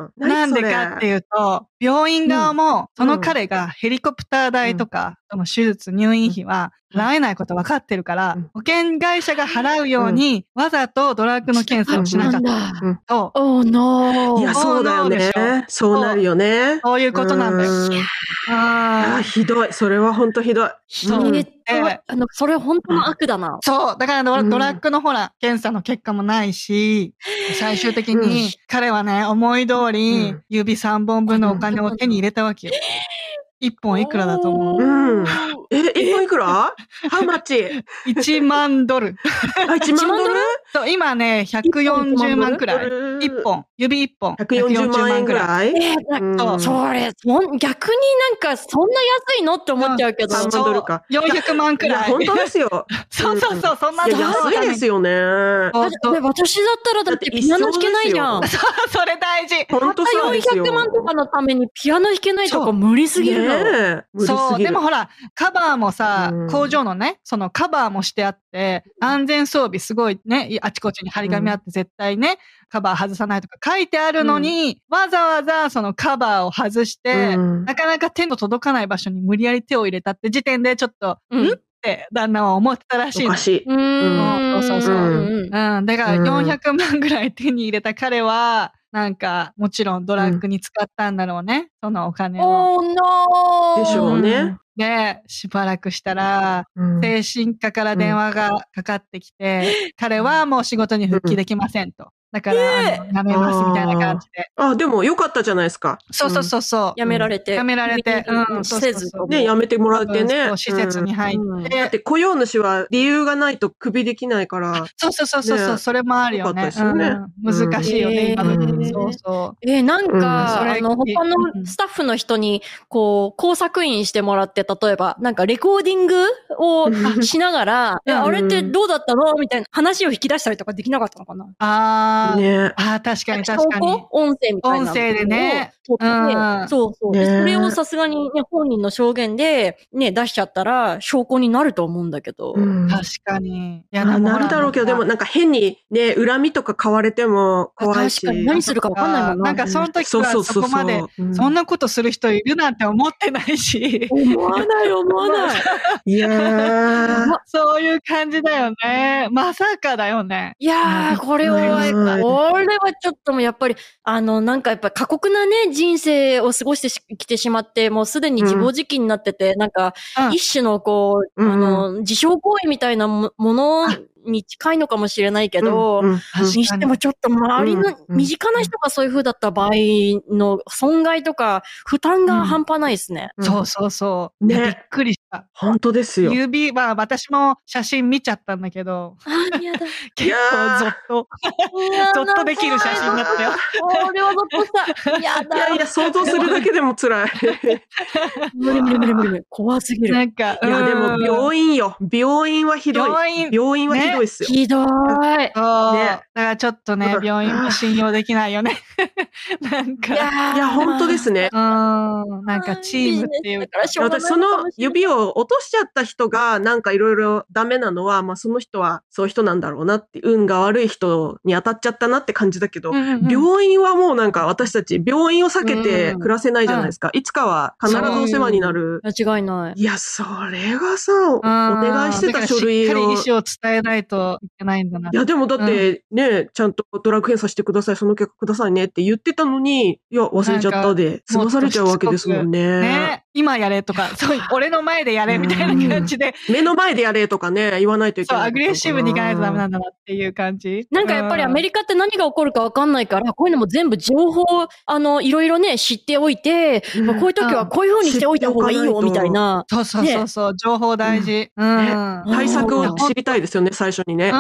S3: う。
S7: なんでかって
S3: う。
S7: いうと、病院側も、その彼がヘリコプター代とか、その手術、入院費は
S3: うん
S7: 払えないこと分かってるから
S3: うん、
S7: 保険会社が払うように、わざとドラッグの検査をしなかった
S4: た。
S7: と、
S4: Oh
S3: い
S4: no.
S3: や、そうだよ
S7: そう
S3: ね
S7: でし。
S3: そうなるよね。
S7: そういうことなんだよ。
S3: うんあ
S7: あ
S3: ー
S7: ー
S3: ひどい。それは本当ひどい。
S7: そう
S4: えっとあの、それ本当の悪だな。
S7: そう。だからドラ,、
S3: うん
S7: ドラッグのほら、検査の結果もないし、最終的
S3: う
S7: に彼はね、思い通
S3: う
S7: り
S3: ん
S7: 指3本分のお金を手に入れたわけよ。1本いくらだと思う
S3: うん。え、1本いくら ?How much?
S1: 1万ドル。
S3: あ、1万ドル
S1: そう今ね、140万くらい。1本。指1本。
S3: 140万円ぐらい
S4: えーなんか
S3: うん
S1: そう
S4: それ、そん逆になんか、そんな安いのって思っちゃうけど。
S3: うん
S1: そう
S3: 3万ドルか
S1: 400万く
S3: いや
S1: らい。
S3: 本当で すよ。
S1: そうそうそう、そんないの
S3: や安いですよね。
S1: そ
S4: だ
S1: う
S4: って
S1: そう
S4: ね私だったらだ
S3: だ
S4: って
S3: って
S4: ピアノ弾けないじゃん。
S3: 一
S4: た
S1: それ大事。
S3: 本当そうですよ。
S4: 400万とかのためにピアノ弾けないとか無理すぎるの。
S3: ねえ無理すぎる
S1: そう。でもほら、カバーもさ、
S3: うん
S1: 工場のね、そのカバーもしてあって、安全装備すごいね、あちこちに張り紙あって絶対ね、カバー外さないとか書いてあるのに、わざわざそのカバーを外して、
S3: うん
S1: なかなか手の届かない場所に無理やり手を入れたって時点でちょっと、
S4: うん
S1: んって旦那は思ってたらしい
S3: お
S1: の
S3: か。しい。
S4: うーん。
S1: そうそうそう
S4: うん
S1: うん。だから
S3: うん
S1: 400万ぐらい手に入れた彼は、なんか、もちろんドラッグに使ったんだろうね。そのお金を。
S4: おーのー
S3: でしょうね。
S1: で、しばらくしたら、
S3: うん
S1: 精神科から電話がかかってきて、彼はもう仕事に復帰できませんと。だから、
S4: ねえ
S1: あのやめますみたいな感じで。
S3: あ、でもよかったじゃないですか。
S1: そうそうそうそう。
S4: やめられて。
S1: やめられてうん
S4: うんせず。
S1: そうそうそう
S3: ね、やめてもらっ
S1: 多分
S3: てね
S1: そ。う施設に入
S4: うん
S1: って。
S3: だって雇用主は理由がないとクビできないから。
S1: そうそうそうそうそう、
S3: ね
S1: それもあるよね。
S3: よかったですよね
S1: うん難しいよ
S4: うん
S1: ね、今の
S3: うん
S1: そうそう。
S4: えーなんか、
S1: うん
S4: あの、
S1: それ
S4: 他のスタッフの人に、こう、工作員してもらって、例えば、なんかレコーディングをしながら、え
S1: うん
S4: あれってどうだったのみたいな話を引き出したりとかできなかったのかな
S1: あー、
S3: ね。
S1: あー確かに
S4: 証
S1: 確かに
S4: 拠。音声みたいな。
S1: 音声でね。
S4: 取って、
S1: うん
S4: そうそう。で
S3: ね
S4: それをさすがに、ね、本人の証言で、ね、出しちゃったら、証拠になると思うんだけど。
S3: うん
S1: 確かに。いや
S3: あなるだろうけど、でも、なんか変にね、恨みとか買われても怖いし。
S4: 確かに何するかわかんないもんな。
S1: なんかその時
S3: そうそう
S1: は
S3: そ
S1: そうこまで、
S3: う
S1: そんなことする人いるなんて思ってないし、
S4: 思わない思わない。
S3: い やー
S1: そういう感じだよね。まさかだよね。
S4: いやー、これは、
S3: うん
S4: これはちょっともうやっぱり、あの、なんかやっぱ過酷なね、人生を過ごしてしきてしまって、もうすでに自暴自棄になってて、なんか
S1: う、ん
S4: 一種のこう、
S3: うん
S4: あの、自傷行為みたいなもものに近いのかもしれないけど、
S3: うんうん
S1: 確か
S4: にしてもちょっと周りの
S3: うん
S4: 身近な人がそういう風だった場合の損害とか負担が半端ないですね。
S3: うん
S1: そうそうそう。
S3: ね
S1: いやびっくりした。
S3: 本当ですよ。
S1: 指は私も写真見ちゃったんだけど、
S4: あーやだ。
S1: 結構ゾッと、ゾッとできる写真だったよ。
S4: これはゾッとした。や
S3: い
S4: だ。
S3: やいや、想像するだけで も辛い。
S4: 無理無理無理無理。怖すぎる。
S1: なんか、
S3: いや、でも病院よ。病院はひどい。
S1: 病院
S3: 病院はひどいっすよ。
S4: ひどい。
S1: そう
S3: ね
S1: だからちょっとね、病院も信用できないよね。なんか、
S4: や
S3: いや、本当ですね
S1: う。ーん、なんかチームっていう
S4: だからしょうがない
S3: 私、その指を落としちゃった人が、なんかいろいろダメなのは、まあその人はそういう人なんだろうなって、運が悪い人に当たっちゃったなって感じだけど、
S1: うんうん
S3: 病院はもうなんか私たち病院を避けて暮らせないじゃないですか。いつかは必ずお世話になる。
S4: 間違いない。
S3: いや、それがさ、おお
S1: あー
S3: 願いしてた書類
S1: だからしっか
S3: を。
S1: り意
S3: い
S1: 思を伝えないといけないんだな。
S3: や、でもだってね、ちゃんとドラッグ検査してください、その結果くださいねって言ってたのに、いや、忘れちゃったで、済まされちゃうわけですもんね。
S1: ね、今やれとか、そう、俺の前でやれみたいな感じで、
S3: 目の前でやれとかね、言わないといけ
S1: そう、
S3: ない。
S1: アグレッシブにいかないとダメなん
S3: だ。
S1: だなっていう感じ。
S4: なんかやっぱりアメ
S1: リ
S4: リカって何が起こるかわかんないから、こういうのも全部情報、あの、いろいろね、知っておいて、
S3: うん
S4: まあこういう時はこういう風にしておいた方がいいよ、みたいな。
S1: カ。そうそうそうそう、情報大事。うん。うん
S4: ね
S3: 対策
S1: う
S3: を
S1: ん
S3: 知りたいですよね、最初にね。
S1: う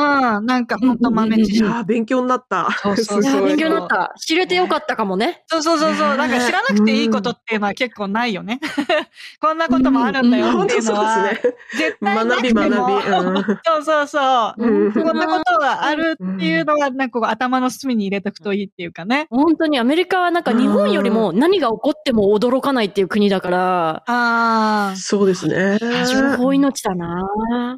S1: ん、なんかほんと豆知
S3: い
S1: 識。
S3: やー、勉強になった。
S1: そうそう
S4: い
S1: そ
S4: や
S1: う
S4: 勉強になった。知れてよかったかもね。
S1: そうそうそうそう、なんか知らなくていいことっていうのは結構ないよね。 こんなこともあるんだよ
S3: 本
S1: ってい
S3: 当
S1: うの
S3: そう
S1: は
S3: で。すね。
S1: 絶対な
S3: 学
S1: くて
S3: び
S1: も
S3: 学び。
S1: そうそうそう。
S3: うん
S4: うん
S1: こんなことがあるっていうのは、なんかこう頭の隅に入れとくといいっていうかね。
S4: 本当にアメリカはなんか日本よりも何が起こっても驚かないっていう国だから、
S1: あ
S3: そうですね。
S4: 情報命だな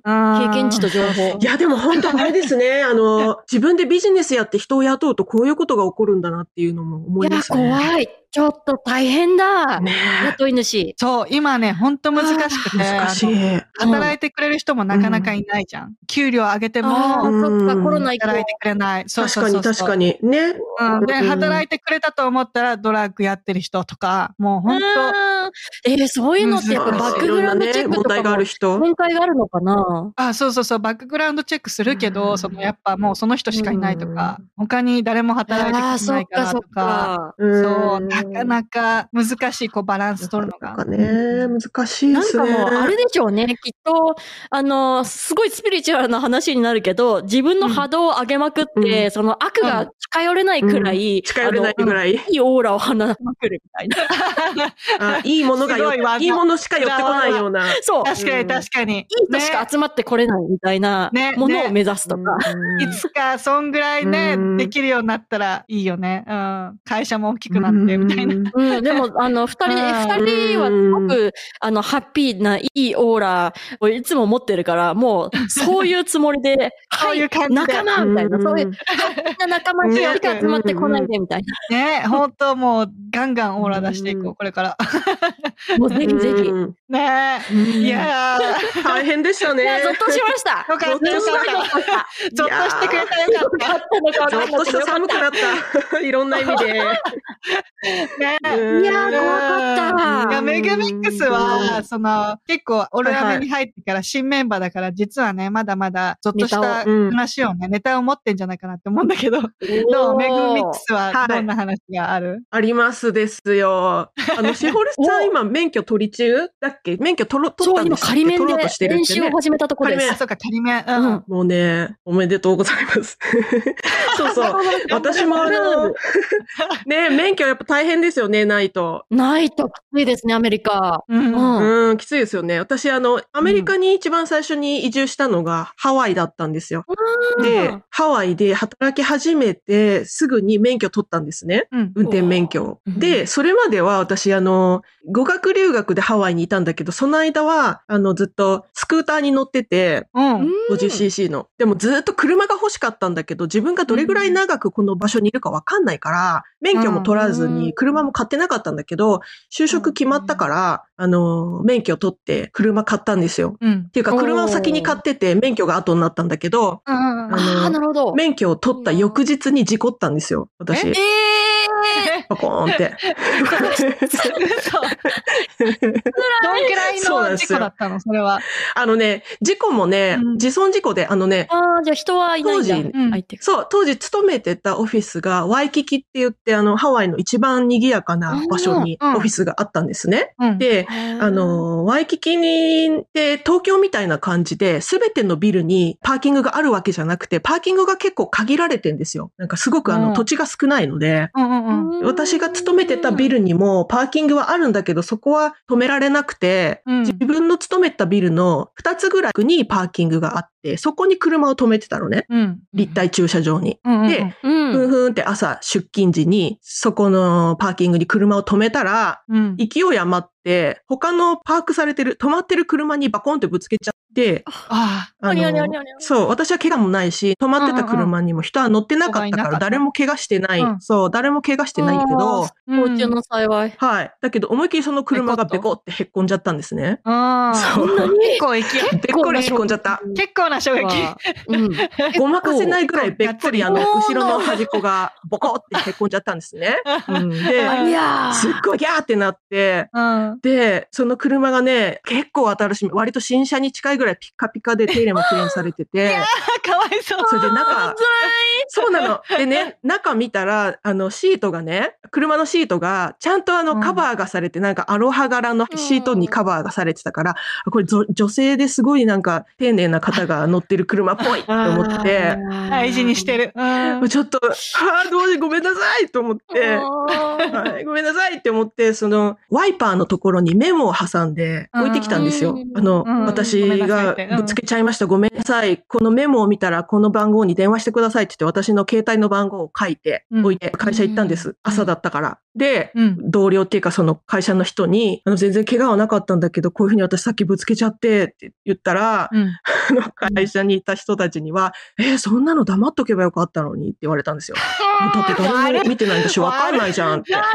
S1: あ
S4: 経験値と情報
S3: い。や、でも本当あれですね。 あの、自分でビジネスやって人を雇うとこういうことが起こるんだなっていうのも思い
S4: いや
S3: ま、すね。
S4: 怖い。ちょっと大変だ。
S3: ね
S4: 雇い主。
S1: そう、今ね、ほんと難しくて。
S3: え難しい
S1: あの。
S4: うん
S1: 働いてくれる人もなかなかいないじゃん。給料上げて
S4: ああ、
S1: も、
S4: そっか、コロナ以降。
S1: 働いてくれない。そう
S3: 確
S1: そうそ
S3: かに
S1: うそう
S3: 確かに。ね。
S1: うんで、
S3: うん
S1: 働いてくれたと思ったら、ドラッグやってる人とか、もうほんと、
S4: あーえーそういうのってやっぱバックグラウンドチェックと
S3: 問題があ
S4: か
S3: る
S4: も
S3: 人。
S4: 限界があるのかな
S7: あ、そうそうそう、バックグラウンドチェックするけど、
S3: うん
S7: そのやっぱもうその人しかいないとか、他に誰も働いて
S4: ああー、
S7: くれ
S4: そ
S7: な
S4: っ
S7: いか
S4: からそっ
S7: とか、
S4: か。
S3: うん
S7: そう、なかなか難しい、こうバランス取るの
S3: なん
S7: が
S3: か。ね、難しいで
S4: なん
S3: す
S4: か
S3: ね。
S4: もう、あれでしょうね。きっと、あの、すごいスピリチュアルな話になるけど、自分の波動を上げまくって、
S3: う
S4: その悪が近寄れないくらい、
S3: 近寄れないぐ
S4: い。
S3: らい。
S4: いいオーラを放ちまくるみたいな。
S3: あ いいものがよ
S7: すごい技
S3: いいものしか寄ってこないような。
S4: そう。
S7: 確か
S3: う
S7: に
S3: ん
S7: 確かに。い
S4: いい人しか集まってこれないみたいな
S7: ね
S4: ものを目指すとか。
S7: いつかそんぐらいね、
S3: うん
S7: できるようになったらいいよね。うん。会社も大きくなって、みたいな。
S3: な。
S4: うん、でも、あの、二人、
S7: うん
S4: 二人はすごく、あの、ハッピーな、いいオーラをいつも持ってるから、もう、そういうつもりで、
S7: そういう感じで
S4: 仲間みたいな、そういう、
S3: う
S4: みんな仲間にしか集まってこないで、みたい
S7: ね、本当もうガンガンオーラ出していこ
S3: うん
S7: う、これから。
S4: な。もう、ぜひぜひ。
S3: うん
S7: ね いやー、
S3: 大変でした
S4: いや、
S3: ね
S4: ゾ。ッとしま した。
S7: よかったよかった。ゾッとしてくれたらよかった。
S3: ちょっとした寒くなった。 いろんな意味 で。
S7: ね
S4: いやー、怖かっ
S7: い
S4: た。
S7: や、メグミックスは、その、結構、オルガメに入ってから新メンバーだから、実はね、まだまだ、ちょっとした
S3: ネタをうん
S7: 話をね、ネタを持ってんじゃないかなって思うんだけど、どうメグミックス
S3: は
S7: はいどんな話がある
S3: ありますですよ。あの、しほるさん今免許取り中だっけ免許取ろ、取っ
S4: そ
S3: た
S4: うん
S3: で
S4: 今
S3: したっけ
S4: 仮面
S3: 取
S4: で
S3: ろうとしてるっ
S4: 練
S3: て
S4: 習を
S3: ね。
S4: 始めたところで
S3: え
S7: あ、
S4: す。
S7: そうか、仮面。う。
S4: うんん。
S3: もうね、おめでとうござい ます。そうそう。私もあの、ね、免許やっぱ大変ですよね、ないと。
S4: ないときついですね、アメリカ。
S7: うん
S4: うん
S3: うん、きついですよね。私、あの、アメリカに一番最初に移住したのがハワイだったんですよ。で、ハワイで働き始めて、すぐに免許取ったんですね。
S7: うん。
S3: 運転免許を。
S4: うん
S3: で、それまでは私、あの、語学留学でハワイにいたんだけど、その間は、あの、ずっとスクーターに乗ってて、
S7: うん。
S3: 50cc の。でもずっと車が欲しかったんだけど、自分がどれぐらい長くこの場所にいるかわかんないから、免許も取らず
S4: うん
S3: に、車も買ってなかったんだけど、就職決まったから、あの、免許取って車買ったんですよ。
S7: うん。
S3: っていうか、車を先に買ってて、免許が後になったんだけど、
S7: うん
S3: あの
S4: ああ、なるほど。
S3: 免許を取った翌日に事故ったんですよ、私。
S7: え
S3: パコーン って。
S7: 嘘どんくらい
S3: そうなん
S7: の
S3: です
S7: 事
S3: よ
S7: 故だったのそれは。
S3: あのね、事故もね、
S7: うん
S3: 自損事故で、あのね、
S4: ああ、じゃあ人はいないんだ
S3: 当時
S7: うん
S4: 相手が
S3: そう、当時勤めてたオフィスが、ワイキキって言って、あの、ハワイの一番賑やかな場所に
S7: うんうん
S3: オフィスがあったんですね。
S7: うん。
S3: で、あ、の、ワイキキに、で、東京みたいな感じで、すべてのビルにパーキングがあるわけじゃなくて、パーキングが結構限られてんですよ。なんかすごくあの、
S7: うん
S3: 土地が少ないので、
S7: うんうんうん。
S3: 私が勤めてたビ
S4: ル。
S3: ルにもパーキングはあるんだけど、そこは止められなくて、
S7: うん
S3: 自分の勤めたビルの2つぐらいにパーキングがあって、そこに車を止めてたのね。
S7: うん。
S3: 立体駐車場に。
S7: うんうんうん
S3: で、
S4: う
S3: ふん
S4: ん。
S3: ふんって朝出勤時に、そこのパーキングに車を止めたら、
S7: うん。
S3: 勢い余って、他のパークされてる、止まってる車にバコンってぶつけちゃって、
S7: ああ。
S3: あ
S4: ありゃりゃ
S3: の
S4: りゃりゃ、
S3: そう、私は怪我もないし、止まってた車にも人は乗ってなかった
S7: うんうん
S3: か
S7: うん
S3: ら、誰も怪我してない、
S7: うん
S3: そう、誰も怪我してないけど、
S4: 不幸中の幸い。
S3: はい。だけど、思いっきりその車がベコってへっこんじゃったんですね。
S7: うん。うん。
S3: そう。
S7: 結構勢い。
S3: べっこりへっこんじゃった。
S7: 結構な衝撃。
S4: うん。
S3: ごまかせないぐらいべっこり、あの、
S4: 結構
S3: 後ろの端っこがボコってへっこんじゃったんですね。うんで、
S4: いや
S3: すっごいギャーってなって、
S7: うん。
S3: で、その車がね、結構新しめ、割と新車に近いぐらいピッカピカで手入れもクリーンされてて、
S7: かわいそう。
S3: それで中、そうなの。でね、中見たら、あの、シートがね、車のシートが、ちゃんとあ
S7: うん
S3: の、カバーがされて、なんかアロハ柄のシートにカバーがされてたから、あこれぞ女性ですごいなんか、丁寧な方が乗ってる車っぽいって思って、
S7: 大事にして
S4: る。
S7: る。うん。
S3: ちょっと、ああ、どうしごめんなさいと思って、はいごめんなさいって思って、その、ワイパーのところにメモを挟んで置いてきたんですよ
S4: う。ん
S3: あの、
S7: うん
S3: 私がぶつけちゃいました。ごめんなさい。このメモを見たら、この番号に電話してくださいって言って、私の携帯の番号を書いて、
S7: うん
S3: 置いて、会社行ったんで
S7: う
S3: す。朝だったから。で、
S7: うん
S3: 同僚っていうか、その会社の人に、あの、全然怪我はなかったんだけど、こういうふうに私さっきぶつけちゃってって言ったら、
S7: うん。
S3: あの会社にいた人たちには、えーそんなの黙っとけばよかったのにって言われたんですよ。だって誰 も見てないんだし、わかんないじゃんって。
S7: 悪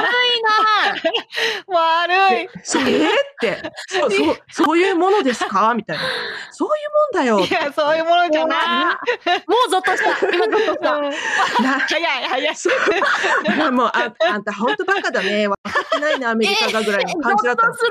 S7: い。
S3: そうえーっって、そう、そう、そういうものですかみたいな。そういうもんだよ。
S7: いや、そういうものじゃない。
S4: あもう ゾッとした。今ゾッとした。
S3: な
S7: 早い、早い。
S3: そう だからもうあ、あんた本当バカだ ね。分かってないな、アメリカがぐらいの感じだったんです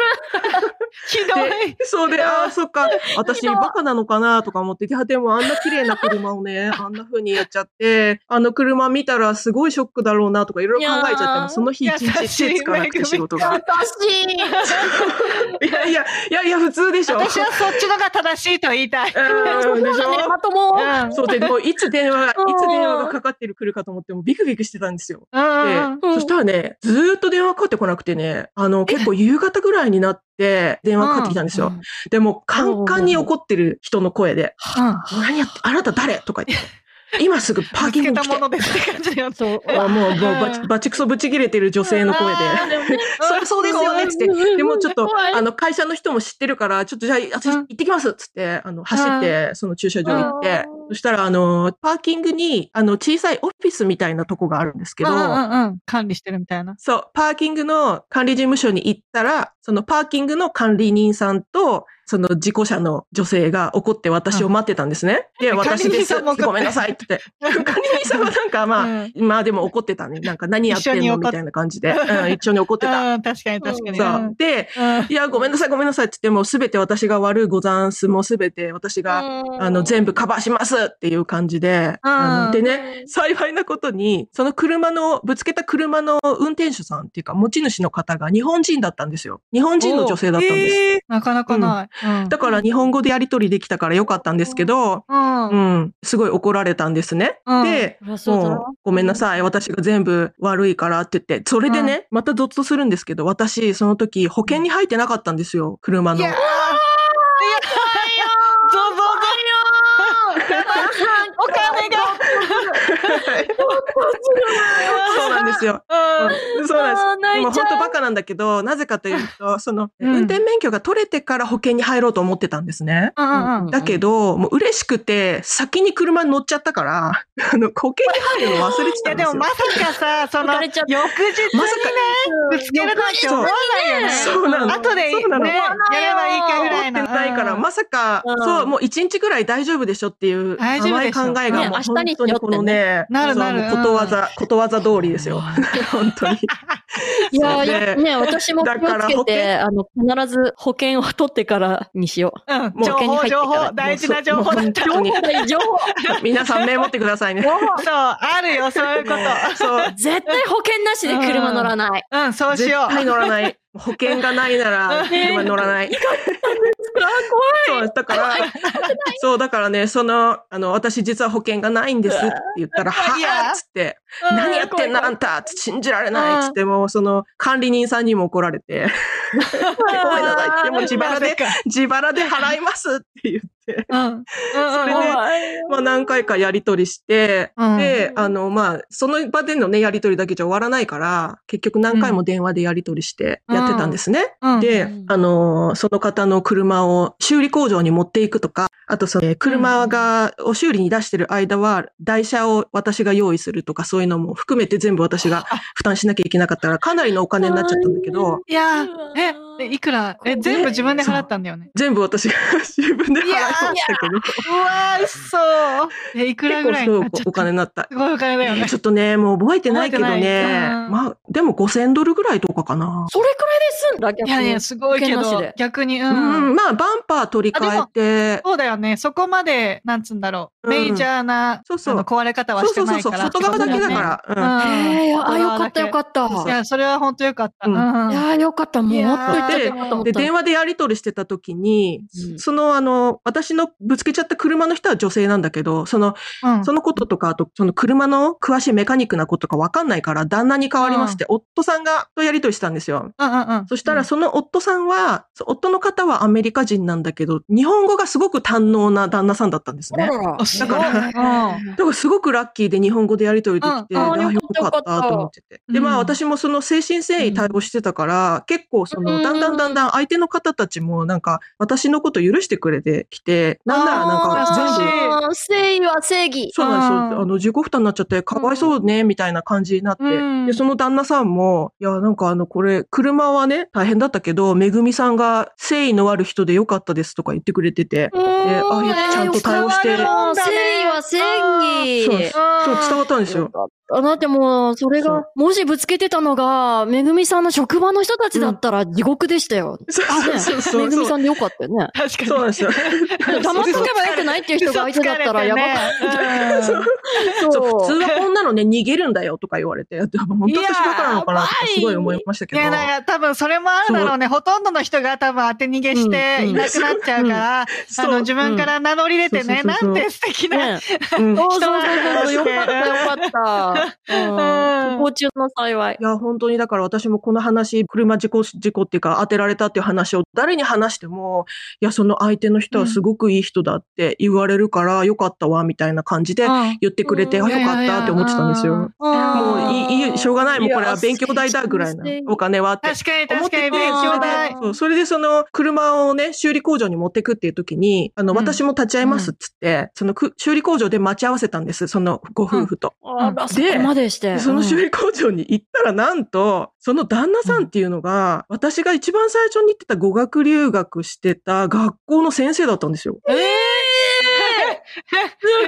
S7: ひどい。
S3: でそうで、ああ、そっか、私バカなのかなとか思って、いや、でもあんな綺麗な車を ね、あんな風にやっちゃって、あの車見たらすごいショックだろうなとかいろいろ考えちゃっても、その日一
S7: 優し
S3: 日
S7: い
S3: 手つかなくて仕事
S4: ゾ
S3: が
S4: ッ。としい。
S3: いやいや、いやいや、普通でしょ。
S7: 私はそっちのが正しいと言いたい。
S3: うん、でしょ
S4: まとも。
S7: うん。
S3: そうで、もういつ電 話が、い
S4: うん
S3: つ電話がかかってる来るかと思って、もうビクビクしてたんですよ。
S7: うん。
S3: で、そしたらね、ずーっと電話かかってこなくてね、あの、結構夕方ぐらいになって電話かかってきたんですよ。で、もうカンカンに怒ってる人の声で、何やって、あなた誰とか言って、今すぐパーキング
S7: 見
S3: に
S7: つ
S3: 来
S7: け
S3: て
S7: たも。のですって感じのやつ。
S4: そう。
S3: あもう、もう
S7: うん
S3: バチ、バチクソブチ切れてる女性の声で。
S7: あーでもね
S3: そりゃそうですよね、つって。でもちょっと
S4: 怖い、
S3: あの、会社の人も知ってるから、ちょっとじゃあ、私
S7: うん
S3: 行ってきます、つって、あの、走って、その駐車場行って
S4: う、ん
S3: そしたら、あの、パーキングに、あの、小さいオフィスみたいなとこがあるんですけど
S7: う、んうんうん。管理してるみたいな。
S3: そう、パーキングの管理事務所に行ったら、そのパーキングの管理人さんと、その事故車の女性が怒って私を待ってたんですね。で、
S7: 管理
S3: 私で
S7: 人
S3: す
S7: さんも怒って。
S3: ごめんなさいって言っ て。管理人さんはなんかまあ、
S7: うん
S3: まあでも怒ってたね。なんか何やってん
S7: 一緒に
S3: の
S7: 怒っ
S3: みたいな感じで。うん、一緒に怒ってた。
S7: うん、確かに確かに。
S3: そう。で、いや、ごめんなさい、ごめんなさいって言っても、すべて私が悪いござんす、もすべて私が、あの、全部カバーしますっていう感じで、あのでね、幸いなことに、その車の、ぶつけた車の運転手さんっていうか、持ち主の方が日本人だったんですよ。日本人の女性だったんです。
S7: す。なかなかない。うん
S3: だから日本語でやり取りできたからよかったんですけど、
S7: うん
S3: うん、すごい怒られたんですね。
S7: うん
S3: で、
S4: そりゃそうだ
S3: もう
S4: な
S3: ごめんなさい。私が全部悪いからって言って。それでね、またゾッとするんですけど、私、その時、保険に入ってなかったんですよ。車
S7: い
S3: の
S7: や。ーいや、ゾゾゾお金が
S3: そうなんです よ。そうなんです。
S4: あー泣い
S3: で
S4: ちゃう
S3: も本当バカなんだけど、なぜかというと、その、
S7: うん
S3: 運転免許が取れてから保険に入ろうと思ってたんですね。
S7: うんうん
S3: だけど、もう嬉しくて、先に車に乗っちゃったから、 あの、保険に入るの忘れて
S7: い
S3: た
S7: や
S3: んで
S7: ですも
S3: よ。
S7: まさかさ、その、
S4: 浮か
S7: 翌
S4: れちゃ
S7: 日
S4: った
S7: にね、
S3: まさか
S7: ぶつけるなんて思わないよね。
S3: そうなの。
S7: 後で、ね、
S3: そうなの。
S7: やればいいかぐらいの。
S3: 思ってないから、まさか、
S4: うん
S3: そう、もう一日ぐらい大丈夫でしょっていう甘
S7: 大丈夫
S3: い
S7: でしょ
S3: 考えが、
S4: ね
S3: もう
S4: 明日
S3: 本
S4: にし
S3: 当
S4: よう
S3: に
S4: って
S3: このね、
S7: なる
S3: そう
S7: なる
S3: もうことわざ、ことわざ通りですよ。 本当 に。
S4: いやい
S3: それ
S4: や、
S3: で
S4: ね、私も気
S3: だから
S4: をつけて、あの、必ず保険を取ってからにしよう。
S7: うん、
S3: もう
S7: 情報、情
S4: もう
S7: 報、大事な情報だった。
S3: もう本当に
S4: 情報
S3: 皆さんメモってください ね。
S7: そう、あるよ、そういうこと。
S3: そう。
S4: 絶対保険なしで車乗らない。
S7: うん、そうし
S3: 絶
S7: よ
S3: 対乗らない。保険がないなら、
S7: うん
S3: 車乗らない。そう、だから、そう、だからね、その、あの、私実は保険がないんですって言ったら、
S7: いや
S3: はぁっつって、
S7: う。
S3: 何やってんの
S7: う
S3: あんた信じられないっつって、もうその管理人さんにも怒られて、ごめんなさいって、もう自腹で、自腹で払いますって言って、
S7: うん。うん。
S3: それ
S7: うん
S3: でまあ何回かやり取りして、
S7: うん
S3: で、あの、まあ、その場でのね、やり取りだけじゃ終わらないから、結局何回も電話でやり取りしてやってたんですね。
S7: うん
S3: で、あの、その方の車を修理工場に持っていくとか、あとその、えー車が、お修理に出してる間は、台車を私が用意するとか、そういうのも含めて全部私 が負担しなきゃいけなかったから、かなりのお金になっちゃったんだけど、
S7: いやー
S4: う、わ
S7: え
S4: ー、
S7: でいくらえ、全部自分で払ったんだよね。
S3: 全部私が 自分で払いましたけど、
S7: うわー、嘘。え、いくらぐらい
S3: 結
S7: に
S3: 構
S7: なっ
S3: す
S7: ちゃ
S3: ご
S7: っ
S3: いお
S7: た
S3: 金になった
S7: す。ごいお金だよね
S3: ち。ょっとね、もう覚えてないけど
S7: 覚え
S3: ね
S7: てない。うん
S3: まあ、でも5000ドルぐらいとかかな。
S4: それくらいで済んだ、逆
S7: い
S4: に。
S7: やいや、すごいけ
S4: 保険なし
S7: ど
S4: で、
S7: 逆に、う。
S3: うんん、まあ、バンパー取り替えて、
S7: そうだよね。そこまで、なんつうんだろう。
S3: うん
S7: メジャーな、
S3: そうそう
S7: あの壊れ方は
S3: そう
S7: して
S3: そう
S7: な
S3: そう
S7: い
S3: そ
S7: か
S3: う、
S7: ら。
S3: 外側だけだから。うん
S7: うん。
S4: ええあ、よかったよか
S7: っ
S4: った。
S7: いや、それは本当よかった。
S3: うん
S7: うん
S4: いやよかった。もう、もっと言っちゃったかと思っ
S3: で、
S4: た。
S3: 電話でやり取りしてた時に、その、あの、私のぶつけちゃった車の人は女性なんだけど、その、
S7: うん
S3: そのこととか、あと、その車の詳しいメカニックなこととかわかんないから、旦那に代わりまして、夫さんが、とやり取りしたんですよ。
S7: うんうんうん。
S3: そしたら、その夫さんは、そ夫の方はアメリカ人なんだけど、日本語がすごく堪能な旦那さんだったんですね。
S4: あらら
S7: あ、す
S4: す
S3: だ
S4: ご
S3: か
S4: い。
S3: ら、だからすごくラッキーで日本語でやり取りできて、
S1: うん
S4: あー
S3: であ
S4: よ
S3: よ
S4: かった
S3: かったと思ってて。
S1: た
S3: で、ま
S1: うん
S3: あ私もその精神誠意対応してたから、結構そ
S4: うん
S3: の、だんだんだんだん相手の方たちもなんか私のこと許してくれてきて、なんならなんか全
S1: あー
S3: 部、
S4: あー正義は正義。
S3: そうなんです
S1: うん
S3: よ。あの、自己負担になっちゃって、かわいそうね、みたいな感じになって。
S1: うん
S3: で、その旦那さんも、いや、なんかあの、これ、車はね、大変だったけど、めぐみさんが誠意のある人でよかったですとか言ってくれてて、
S4: うーん
S3: あいやちゃんと対応して
S4: よかった正義
S3: そう
S4: は正義
S3: で。すそう伝わったんですよ。
S4: あだってもう、それ
S3: そ
S4: が
S3: う、
S4: もしぶつけてたのが、めぐみさんの職場の人たちだったら地獄でしたよ。
S3: そうそうそうそう。
S4: めぐみさんでよかったよね。
S1: 確かに。
S3: そうなんですよ。
S4: 黙っとけばよくないっていう人が相手だったらやばかっ
S1: かった。
S4: た。
S3: そう普通
S4: そう。
S3: はこんなのね、逃げるんだよとか言われて、でも本当私バカなのかなってすごい思いましたけ
S1: い
S3: ど。
S1: や、だから多分それもあるだろうね。ほとんどの人が多分当て逃げして
S4: うん
S1: いなくなっちゃうから、
S3: そう
S1: あの、自分から名乗り出てね、
S3: うんそう
S1: な
S3: そうそ
S1: ん
S3: う
S1: て素敵な。
S4: ね
S3: うん
S4: そうそうそうそう。
S1: 人
S4: よ
S1: が
S4: かった、よかった。
S1: う
S4: うんん。不幸中の幸い
S3: い。や、本当にだから私もこの話、車事故、事故っていうか当てられたっていう話を誰に話しても、いや、その相手の人はすごくいい人だって言われるから、よかったわ、みたいな感じで
S1: うん
S3: 言ってくれて、
S4: うん
S3: あよかったって思ってたんですよ。。
S1: いやいや
S4: うん
S3: もういい、いい、しょうがない、もうこれ
S4: いや
S3: は勉強代だ、ぐらいな
S4: 素敵。
S3: お金はって。
S1: 確かに
S3: 思
S1: 確
S3: っ
S1: か
S3: てて
S1: に勉強代。
S3: そう、それでその車をね、修理工場に持ってくっていう時に、あの、
S1: うん
S3: 私も立ち会いますっつって、そのく修理工場で待ち合わせたんです、そのご夫婦と。
S4: あら、そこまでして。
S3: でその修理工場に行ったらなんと、その旦那さんっていうのが、私が一番最初に行ってた語学留学してた学校の先生だったんですよ。
S4: ええす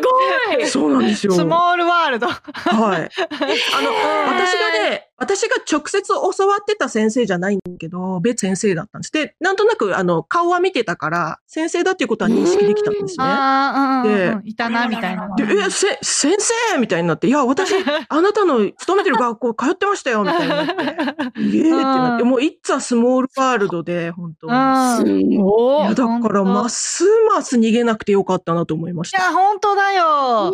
S4: ごい
S3: そうなんですよ。
S1: スモールワールド。
S3: はい。あの、私がね、私が直接教わってた先生じゃないんだけど、別先生だったんです。で、なんとなく、あの、顔は見てたから、先生だっていうことは認識できたんですね。
S1: ああ、うんうんうん。いたな、みたいな。
S3: で、え、せ、先生みたいになって、いや、 私、あなたの勤めてる学校通ってましたよ、みたいに なって。イエーってなって、もう、いっつはスモールワールドで、本当に。
S1: うん
S4: す
S3: い
S4: ごい
S3: や、だから、ますます逃げなくてよかったなと思いまし
S1: い
S3: た。
S1: や、本当だよ。
S4: いやー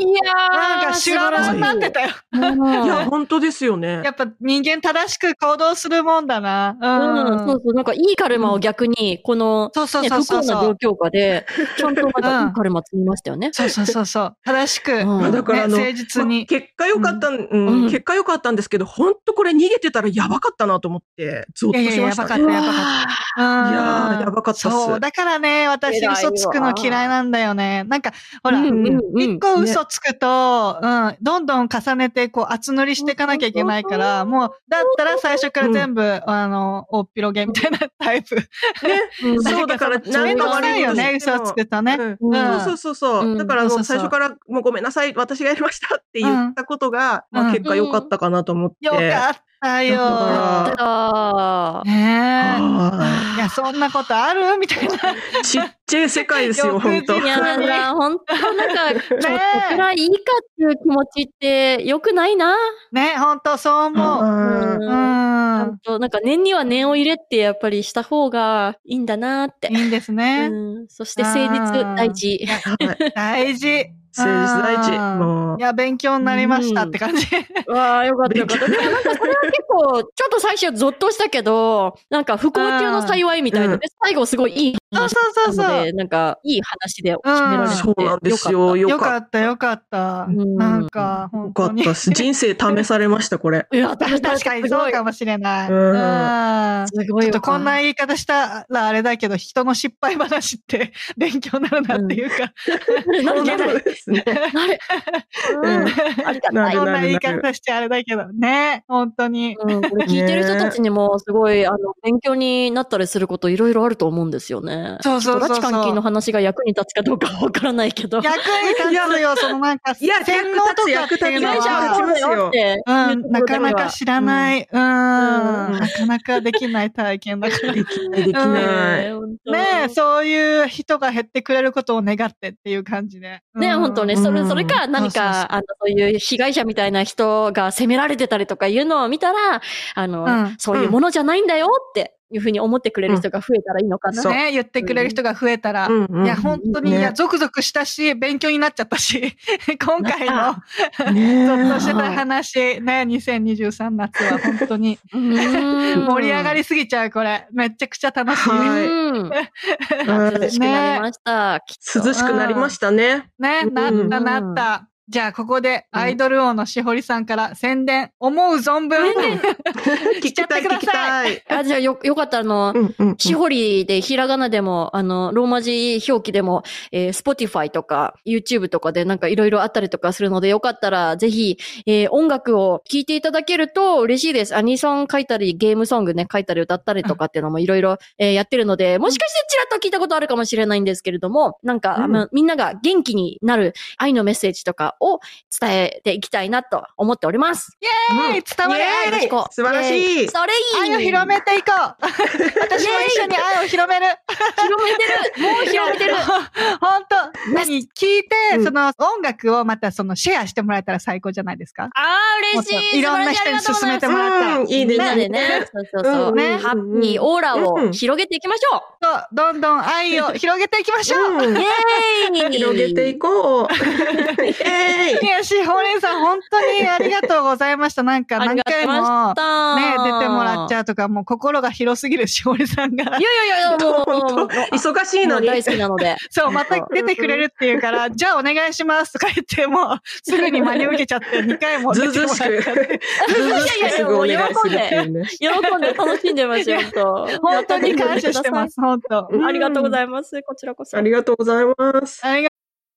S1: なんか修羅場になってたよ。
S3: い
S4: も
S3: や、
S4: う
S3: 本当ですよね
S1: や。っぱ人間正しく行動するもんだな。
S4: うん、そうそう、なんかいいカルマを逆に、この、
S1: そうそう
S4: ね、
S1: そう
S4: 不
S1: そう
S4: 幸な
S1: そ
S4: 状
S1: う。
S4: 況下で、ちゃんとなんかいいカルマ積みましたよね。
S1: そうそうそうそう。正しく、
S4: う
S1: ね、
S4: ん
S3: まあだからあの
S1: 誠実
S3: まあ
S1: に。
S3: 結果良かったん、うん
S4: うん
S3: 結果良かったんですけど、本当これ逃げてたらやばかったなと思って、ゾッ
S1: いやいや、
S3: としま
S1: や
S3: した
S1: ば
S3: ね、
S1: かった、やばかった。
S3: いやーやばかったっす
S1: そう。だからね、私
S4: 偉いわ
S1: 嘘つくの嫌いなんだよね。なんか、ほら、
S4: う
S1: 一、
S4: んうんうん
S1: 個嘘つくと、うん、どんどん重ねて、こう、厚塗りしていかなきゃいけないから、もう、だったら最初から全部、あの、大っぴろげみたいなタイプ。
S4: うん
S3: そう
S1: なん
S3: だから
S1: そのめんどくさいよね、
S3: 何が悪いことして
S1: 嘘
S3: も
S1: つくとね。
S3: うん
S4: うん
S1: うん
S3: そうそうそう。
S4: うん
S3: だからあの
S1: そうそうそう
S3: 最初から、もうごめんなさい、私がやりましたって言ったことが、
S1: うん
S3: まあ、結果良かったかなと思って。
S1: よかったよ
S3: だか
S1: ー
S3: ら。
S4: あー
S1: ね
S3: は
S1: え。いや、そんなことあるみたいな。
S3: いちっちゃい世 界です
S1: よ
S3: よ、
S1: く
S3: 本当。
S4: いや
S1: 本当に
S4: だ、本当なんか、ちょっと
S1: ね
S4: くらいいいかっていう気持ちって、良くないな。
S1: ね、ほんと、そう思う。
S3: うん
S1: う
S4: うんちゃ
S1: ん
S4: ん。と、なんか念には念を入れって、やっぱりした方がいいんだなって。
S1: いいんですね。
S4: うん、そして誠実大事。
S3: はい
S1: 大事。
S3: 誠実大事。
S1: うん
S3: もう
S1: い。や、勉強になりましたって感じ。
S4: わあ、よかったよかった。でもなんかそれは結構、ちょっと最初ゾッとしたけど、なんか不幸中の幸いみたいな、
S3: うん
S4: で最後すごいいい
S1: そう
S4: 話
S1: そう
S4: な
S1: そ
S4: の
S1: う
S4: で、なんかいい話で締められて、
S3: そうなんです
S4: よか
S3: よ。
S1: そう。
S3: よ
S1: よか
S3: かっ
S1: った、よかった。
S4: うん
S1: なんか、本
S3: た。
S1: 当
S3: よかっ
S1: に。
S3: たっす。人生試されました、これ。
S4: った。いや、
S1: 確かに
S4: すご
S1: そう
S4: い。
S1: かもしれない。
S3: うん
S1: うん
S4: すご
S1: ち
S4: いわ
S1: ょっとこんな言い方したらあれだけど、人の失敗話って 勉強になるなっていうか、
S4: なんで
S3: そうですね。
S4: なる。うんありがた
S3: る
S4: い。
S1: こんな
S3: なる
S1: 言い
S3: なる
S1: 方してあれだけど、ね、本当に。
S4: うん、これ聞いてる人たちにもすごい、あの、勉強になったりすることいろいろあると思うんですよね。
S1: そうそうそうそう
S4: ちょっと拉致監禁の話が役に立つかどうかわからないけど。
S1: 役に立つよ、そのなんか、
S3: いや
S1: 洗脳とかっていう
S3: 役
S1: の
S3: 立つ
S1: は
S3: 役立。
S4: そうだよって
S1: うん、なかなか知らない。うん、
S4: うんうん
S1: なかなかできない体験だから。
S3: できない、できない。
S1: ねえ、そういう人が減ってくれることを願ってっていう感じで。うん
S4: ね、本当ね、それ、
S3: うん
S4: それか、何
S1: そうそうそう
S4: か、あの、そういう被害者みたいな人が責められてたりとかいうのを見たら、あの、
S1: うん
S4: そういうものじゃないんだよって、いうふうに思ってくれる人が増えたらいいのかな。
S3: そう
S1: ね、言ってくれる人が増えたら。
S3: うんうん
S1: いや、本当に、
S3: ね
S1: いや、ゾクゾクしたし、勉強になっちゃったし、今回
S4: な
S1: の、
S3: ね
S1: ゾッとしてた話、ね、2023夏は本当に盛り上がりすぎちゃう、これ。めちゃくちゃ楽しい。
S3: は
S4: うん。涼しくなりました。きっと
S3: 涼しくなりましたね。
S1: ね、なっ
S3: うん
S1: たなった。じゃあ、ここで、アイドル王のしほりさんから宣伝、思う存分。
S3: 聞
S1: し
S3: きたい、
S1: ちゃ
S3: 聞
S1: っ
S3: き
S1: てくださ
S3: たい。
S4: あ、じゃあよ、よかったらあ
S3: う
S4: の、
S3: んうんうん
S4: しほりでひらがなでも、あの、ローマ字表記でも、えー、Spotify とか YouTube とかでなんかいろいろあったりとかするので、よかったらぜひ、えー音楽を聴いていただけると嬉しいです。アニソン書いたり、ゲームソングね、書いたり歌ったりとかっていうのもいろいろえーやってるので、もしかしてちらっと聞いたことあるかもしれないんですけれども、なんか、
S3: うん
S4: あのみんなが元気になる愛のメッセージとかを伝えていきたいなと思っております。
S1: イエーイ伝われ
S3: イエーイ
S1: 愛
S4: よろしく
S3: 素晴らしい
S4: イエーイそれいい
S1: 愛を広めていこ う私も一緒に愛を広める
S4: 広めてるもう広めてる
S1: 本当何聞いて、
S3: うん
S1: その音楽をまたそのシェアしてもらえたら最高じゃないですか
S4: あー、
S1: もっ
S4: 嬉
S1: と
S4: しい
S1: いろんな人に
S4: 素
S1: 勧め
S4: 晴らしい
S1: てもらったら、
S3: うんいいで
S4: みん
S3: す
S4: なでね、そうそうそうう、
S3: ん
S4: ね、
S3: うん
S4: ハッピーオーラ
S3: う
S4: を
S3: ん
S4: 広げていきましょ
S1: そうどんどん愛を広げていきましょう、
S3: うん
S4: う、イエーイ
S3: 広げていこう。えい
S1: いやしほうれんさん本当にありがとうございましたなんか
S4: あ
S1: 何
S4: りがとう
S1: 回
S4: ございま
S1: も
S4: した。
S1: ね出てもらっち
S4: ゃ
S1: ゃうとかもう心が広すぎるしほうれんさんが
S4: いやいやいや、もう、もうも
S3: 本
S4: う
S3: 当忙しいのに。
S4: 大好きなので。
S1: そう、また出てくれるっていうから、じゃあお願いしますとか言って、もうすぐに真に受けちゃって、2回も
S3: ず
S1: 出
S3: う
S1: て
S3: ずう
S1: も
S3: しく。
S1: らっちゃって。
S3: ずうずうしくすぐお願いするっていうね。
S4: 喜んで楽しんでますよ、本当。
S1: 本当に感謝してます、本当。
S4: ありがとうございます。こちらこそ。
S3: ありがとうございます。
S1: ありが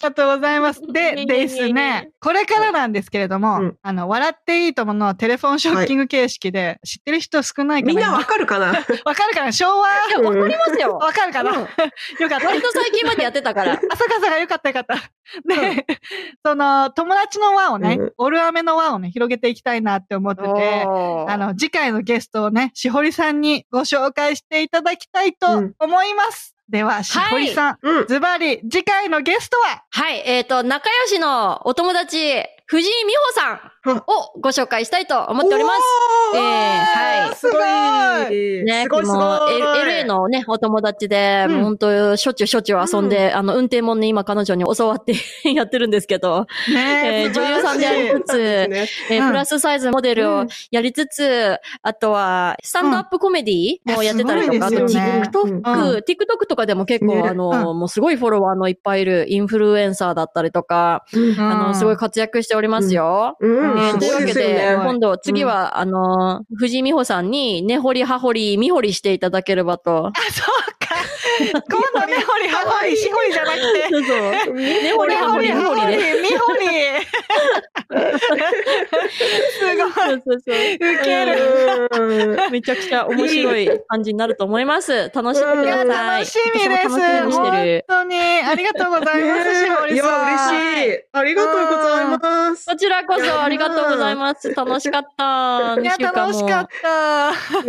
S1: とうございます。で、ですね、これからなんですけれど
S3: う
S1: も
S3: ん、
S1: あの、笑っていいとものテレフォンショッキング形式で、知ってる人少ないかな
S3: みんな わ
S1: わ
S3: かるかな
S1: かるかな昭和
S4: いや、わかりますよ。
S1: わかるかな
S4: う
S1: よ
S4: ん
S1: かった。
S4: 割と最近までやってた から。
S1: 朝霞さんがよかったよかった。で、 その、友達の輪をね
S3: うん、
S1: オルアメの輪をね、広げていきたいなって思ってて、あの、次回のゲストをね、しほりさんにご紹介していただきたいと
S3: うん
S1: 思います。では、しほりさん、
S3: うん。
S1: ズバリ、次回のゲストは、
S4: はい、えっ、と、仲良しのお友達、藤井美穂さんをご紹介したいと思っております。
S3: おー
S4: えーはい
S3: すごい。
S4: ね、
S3: すごいすごい。
S4: もう L- LA のね、お友達で、
S3: うん
S4: もう本当しょっちゅうしょっちゅう遊んで、あの、運転もね、今彼女に教わって やってるんですけど、
S1: ね
S4: えー女優さんでありつつ、
S3: ね
S4: えー
S1: うん
S4: プラスサイズモデルをやりつつ、あとは、スタンドアップコメディもやってたりとか、
S1: いやすごいですよね
S4: あと TikTok、TikTok とかでも結構、
S3: ね
S4: あの、もうすごいフォロワーのいっぱいいるインフルエンサーだったりとか、
S3: うん
S4: あの、すごい活躍しておりますよ。
S3: うん、
S4: ね
S3: す
S4: という
S3: ご
S4: わ
S3: い
S4: け
S3: です
S4: で、
S3: よね。
S4: 今度、次は、あの、藤井美穂さんに、根掘り葉掘り、見掘りしていただければと。
S1: あ、そうか。 今度、ねほりはほ り、しほりじゃなくて、
S4: そうそう。根掘
S1: ほ
S4: り
S1: り
S4: 葉
S1: は
S4: 掘
S1: ほ
S4: り、
S1: り、
S4: 見
S1: は
S4: 掘
S1: ほ
S4: り
S1: り、
S4: ね。
S1: みほり。すご
S4: そ
S1: い。
S4: うそうそう。
S1: ウケる。
S3: うん
S4: めちゃくちゃ面白い感じになると思います。楽しんでく
S1: いや
S4: ださい。
S1: 楽しみ です。
S4: 私も楽しみにしてる
S1: 本。当に。ありがとうございます、しほ
S3: い
S1: り
S3: や、
S1: さん。い。
S3: 嬉しい。ありがとうございます。
S4: こちらこそありがとうございます。楽しかった。
S1: いや、
S4: 二週間
S1: 楽
S4: も
S1: しかった。
S3: ね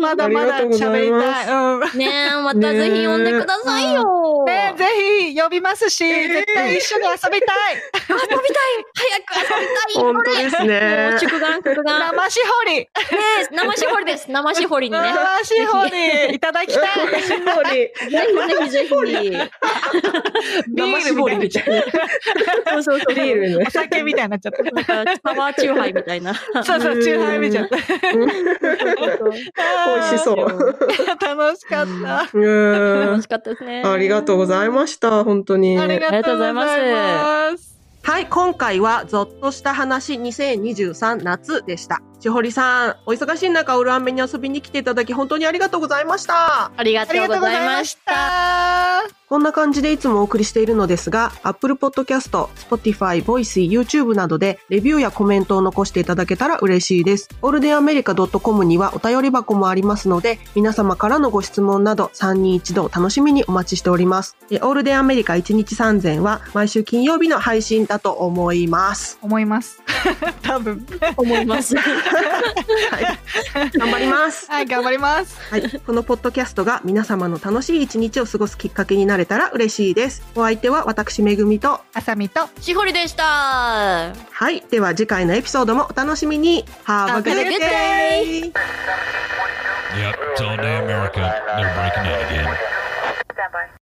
S1: まだまだ
S3: ありがとうござ
S1: 喋
S3: い
S1: り
S3: ます
S1: たい。うん。
S4: ねえ、またぜひ呼んでくださいよ。
S1: ね、ぜひ呼びますし、
S3: えー
S1: 絶対一緒に遊びたい。
S4: 早く遊びたい。
S3: 本当ですね
S4: もう祝願、祝願。ね
S1: 生しほり。
S4: え、生しほりです。生しほりにね。
S1: 生しほり。いただきたい。
S3: しほり。
S4: ぜひぜひぜ
S1: ビールみたいな。
S3: たい
S4: ひ。そうそうそう。
S3: ビールね
S1: お。酒みたいになっちゃった。
S4: なんか、パワーチューハイみたいな。
S1: そうそう、チューハイ見ちゃ った。
S3: 美味し
S1: う。
S3: そう。
S1: 楽しかった。
S3: う
S4: 楽
S3: ん
S4: しかったですね。
S3: ありがとうございました。本当に。
S1: ありがとうござい
S4: ありがとう
S1: ます。
S3: はい、今回はゾッとした話2023夏でした。しほりさん、お忙しい中、オルアンメに遊びに来ていただき、本当にありがとうございました。
S4: ありが
S1: あり
S4: と
S1: が
S4: うご
S1: とうご
S4: ざ
S1: ざ
S4: い
S1: い
S4: ま
S1: ま
S4: し。
S1: したた。
S3: こんな感じでいつもお送りしているのですが、Apple Podcast、Spotify、Voice、YouTube などでレビューやコメントを残していただけたら嬉しいです。オールデンアメリカ .com にはお便り箱もありますので、皆様からのご質問など3人一度お楽しみにお待ちしております。えオールデンアメリカ1日3000は毎週金曜日の配信だと思います。
S7: 思います。多分。
S4: 思います。
S3: 頑張ります。
S7: はい、頑張ります。
S3: はい、このポッドキャストが皆様の楽しい一日を過ごすきっかけになれたら嬉しいです。お相手は私めぐみと、
S7: あさみと、
S4: しほりでした。
S3: はい、では次回のエピソードもお楽しみに。Have a
S4: Have a
S3: good
S4: good
S3: day!
S5: Yep, it's all day America. They're breaking in again.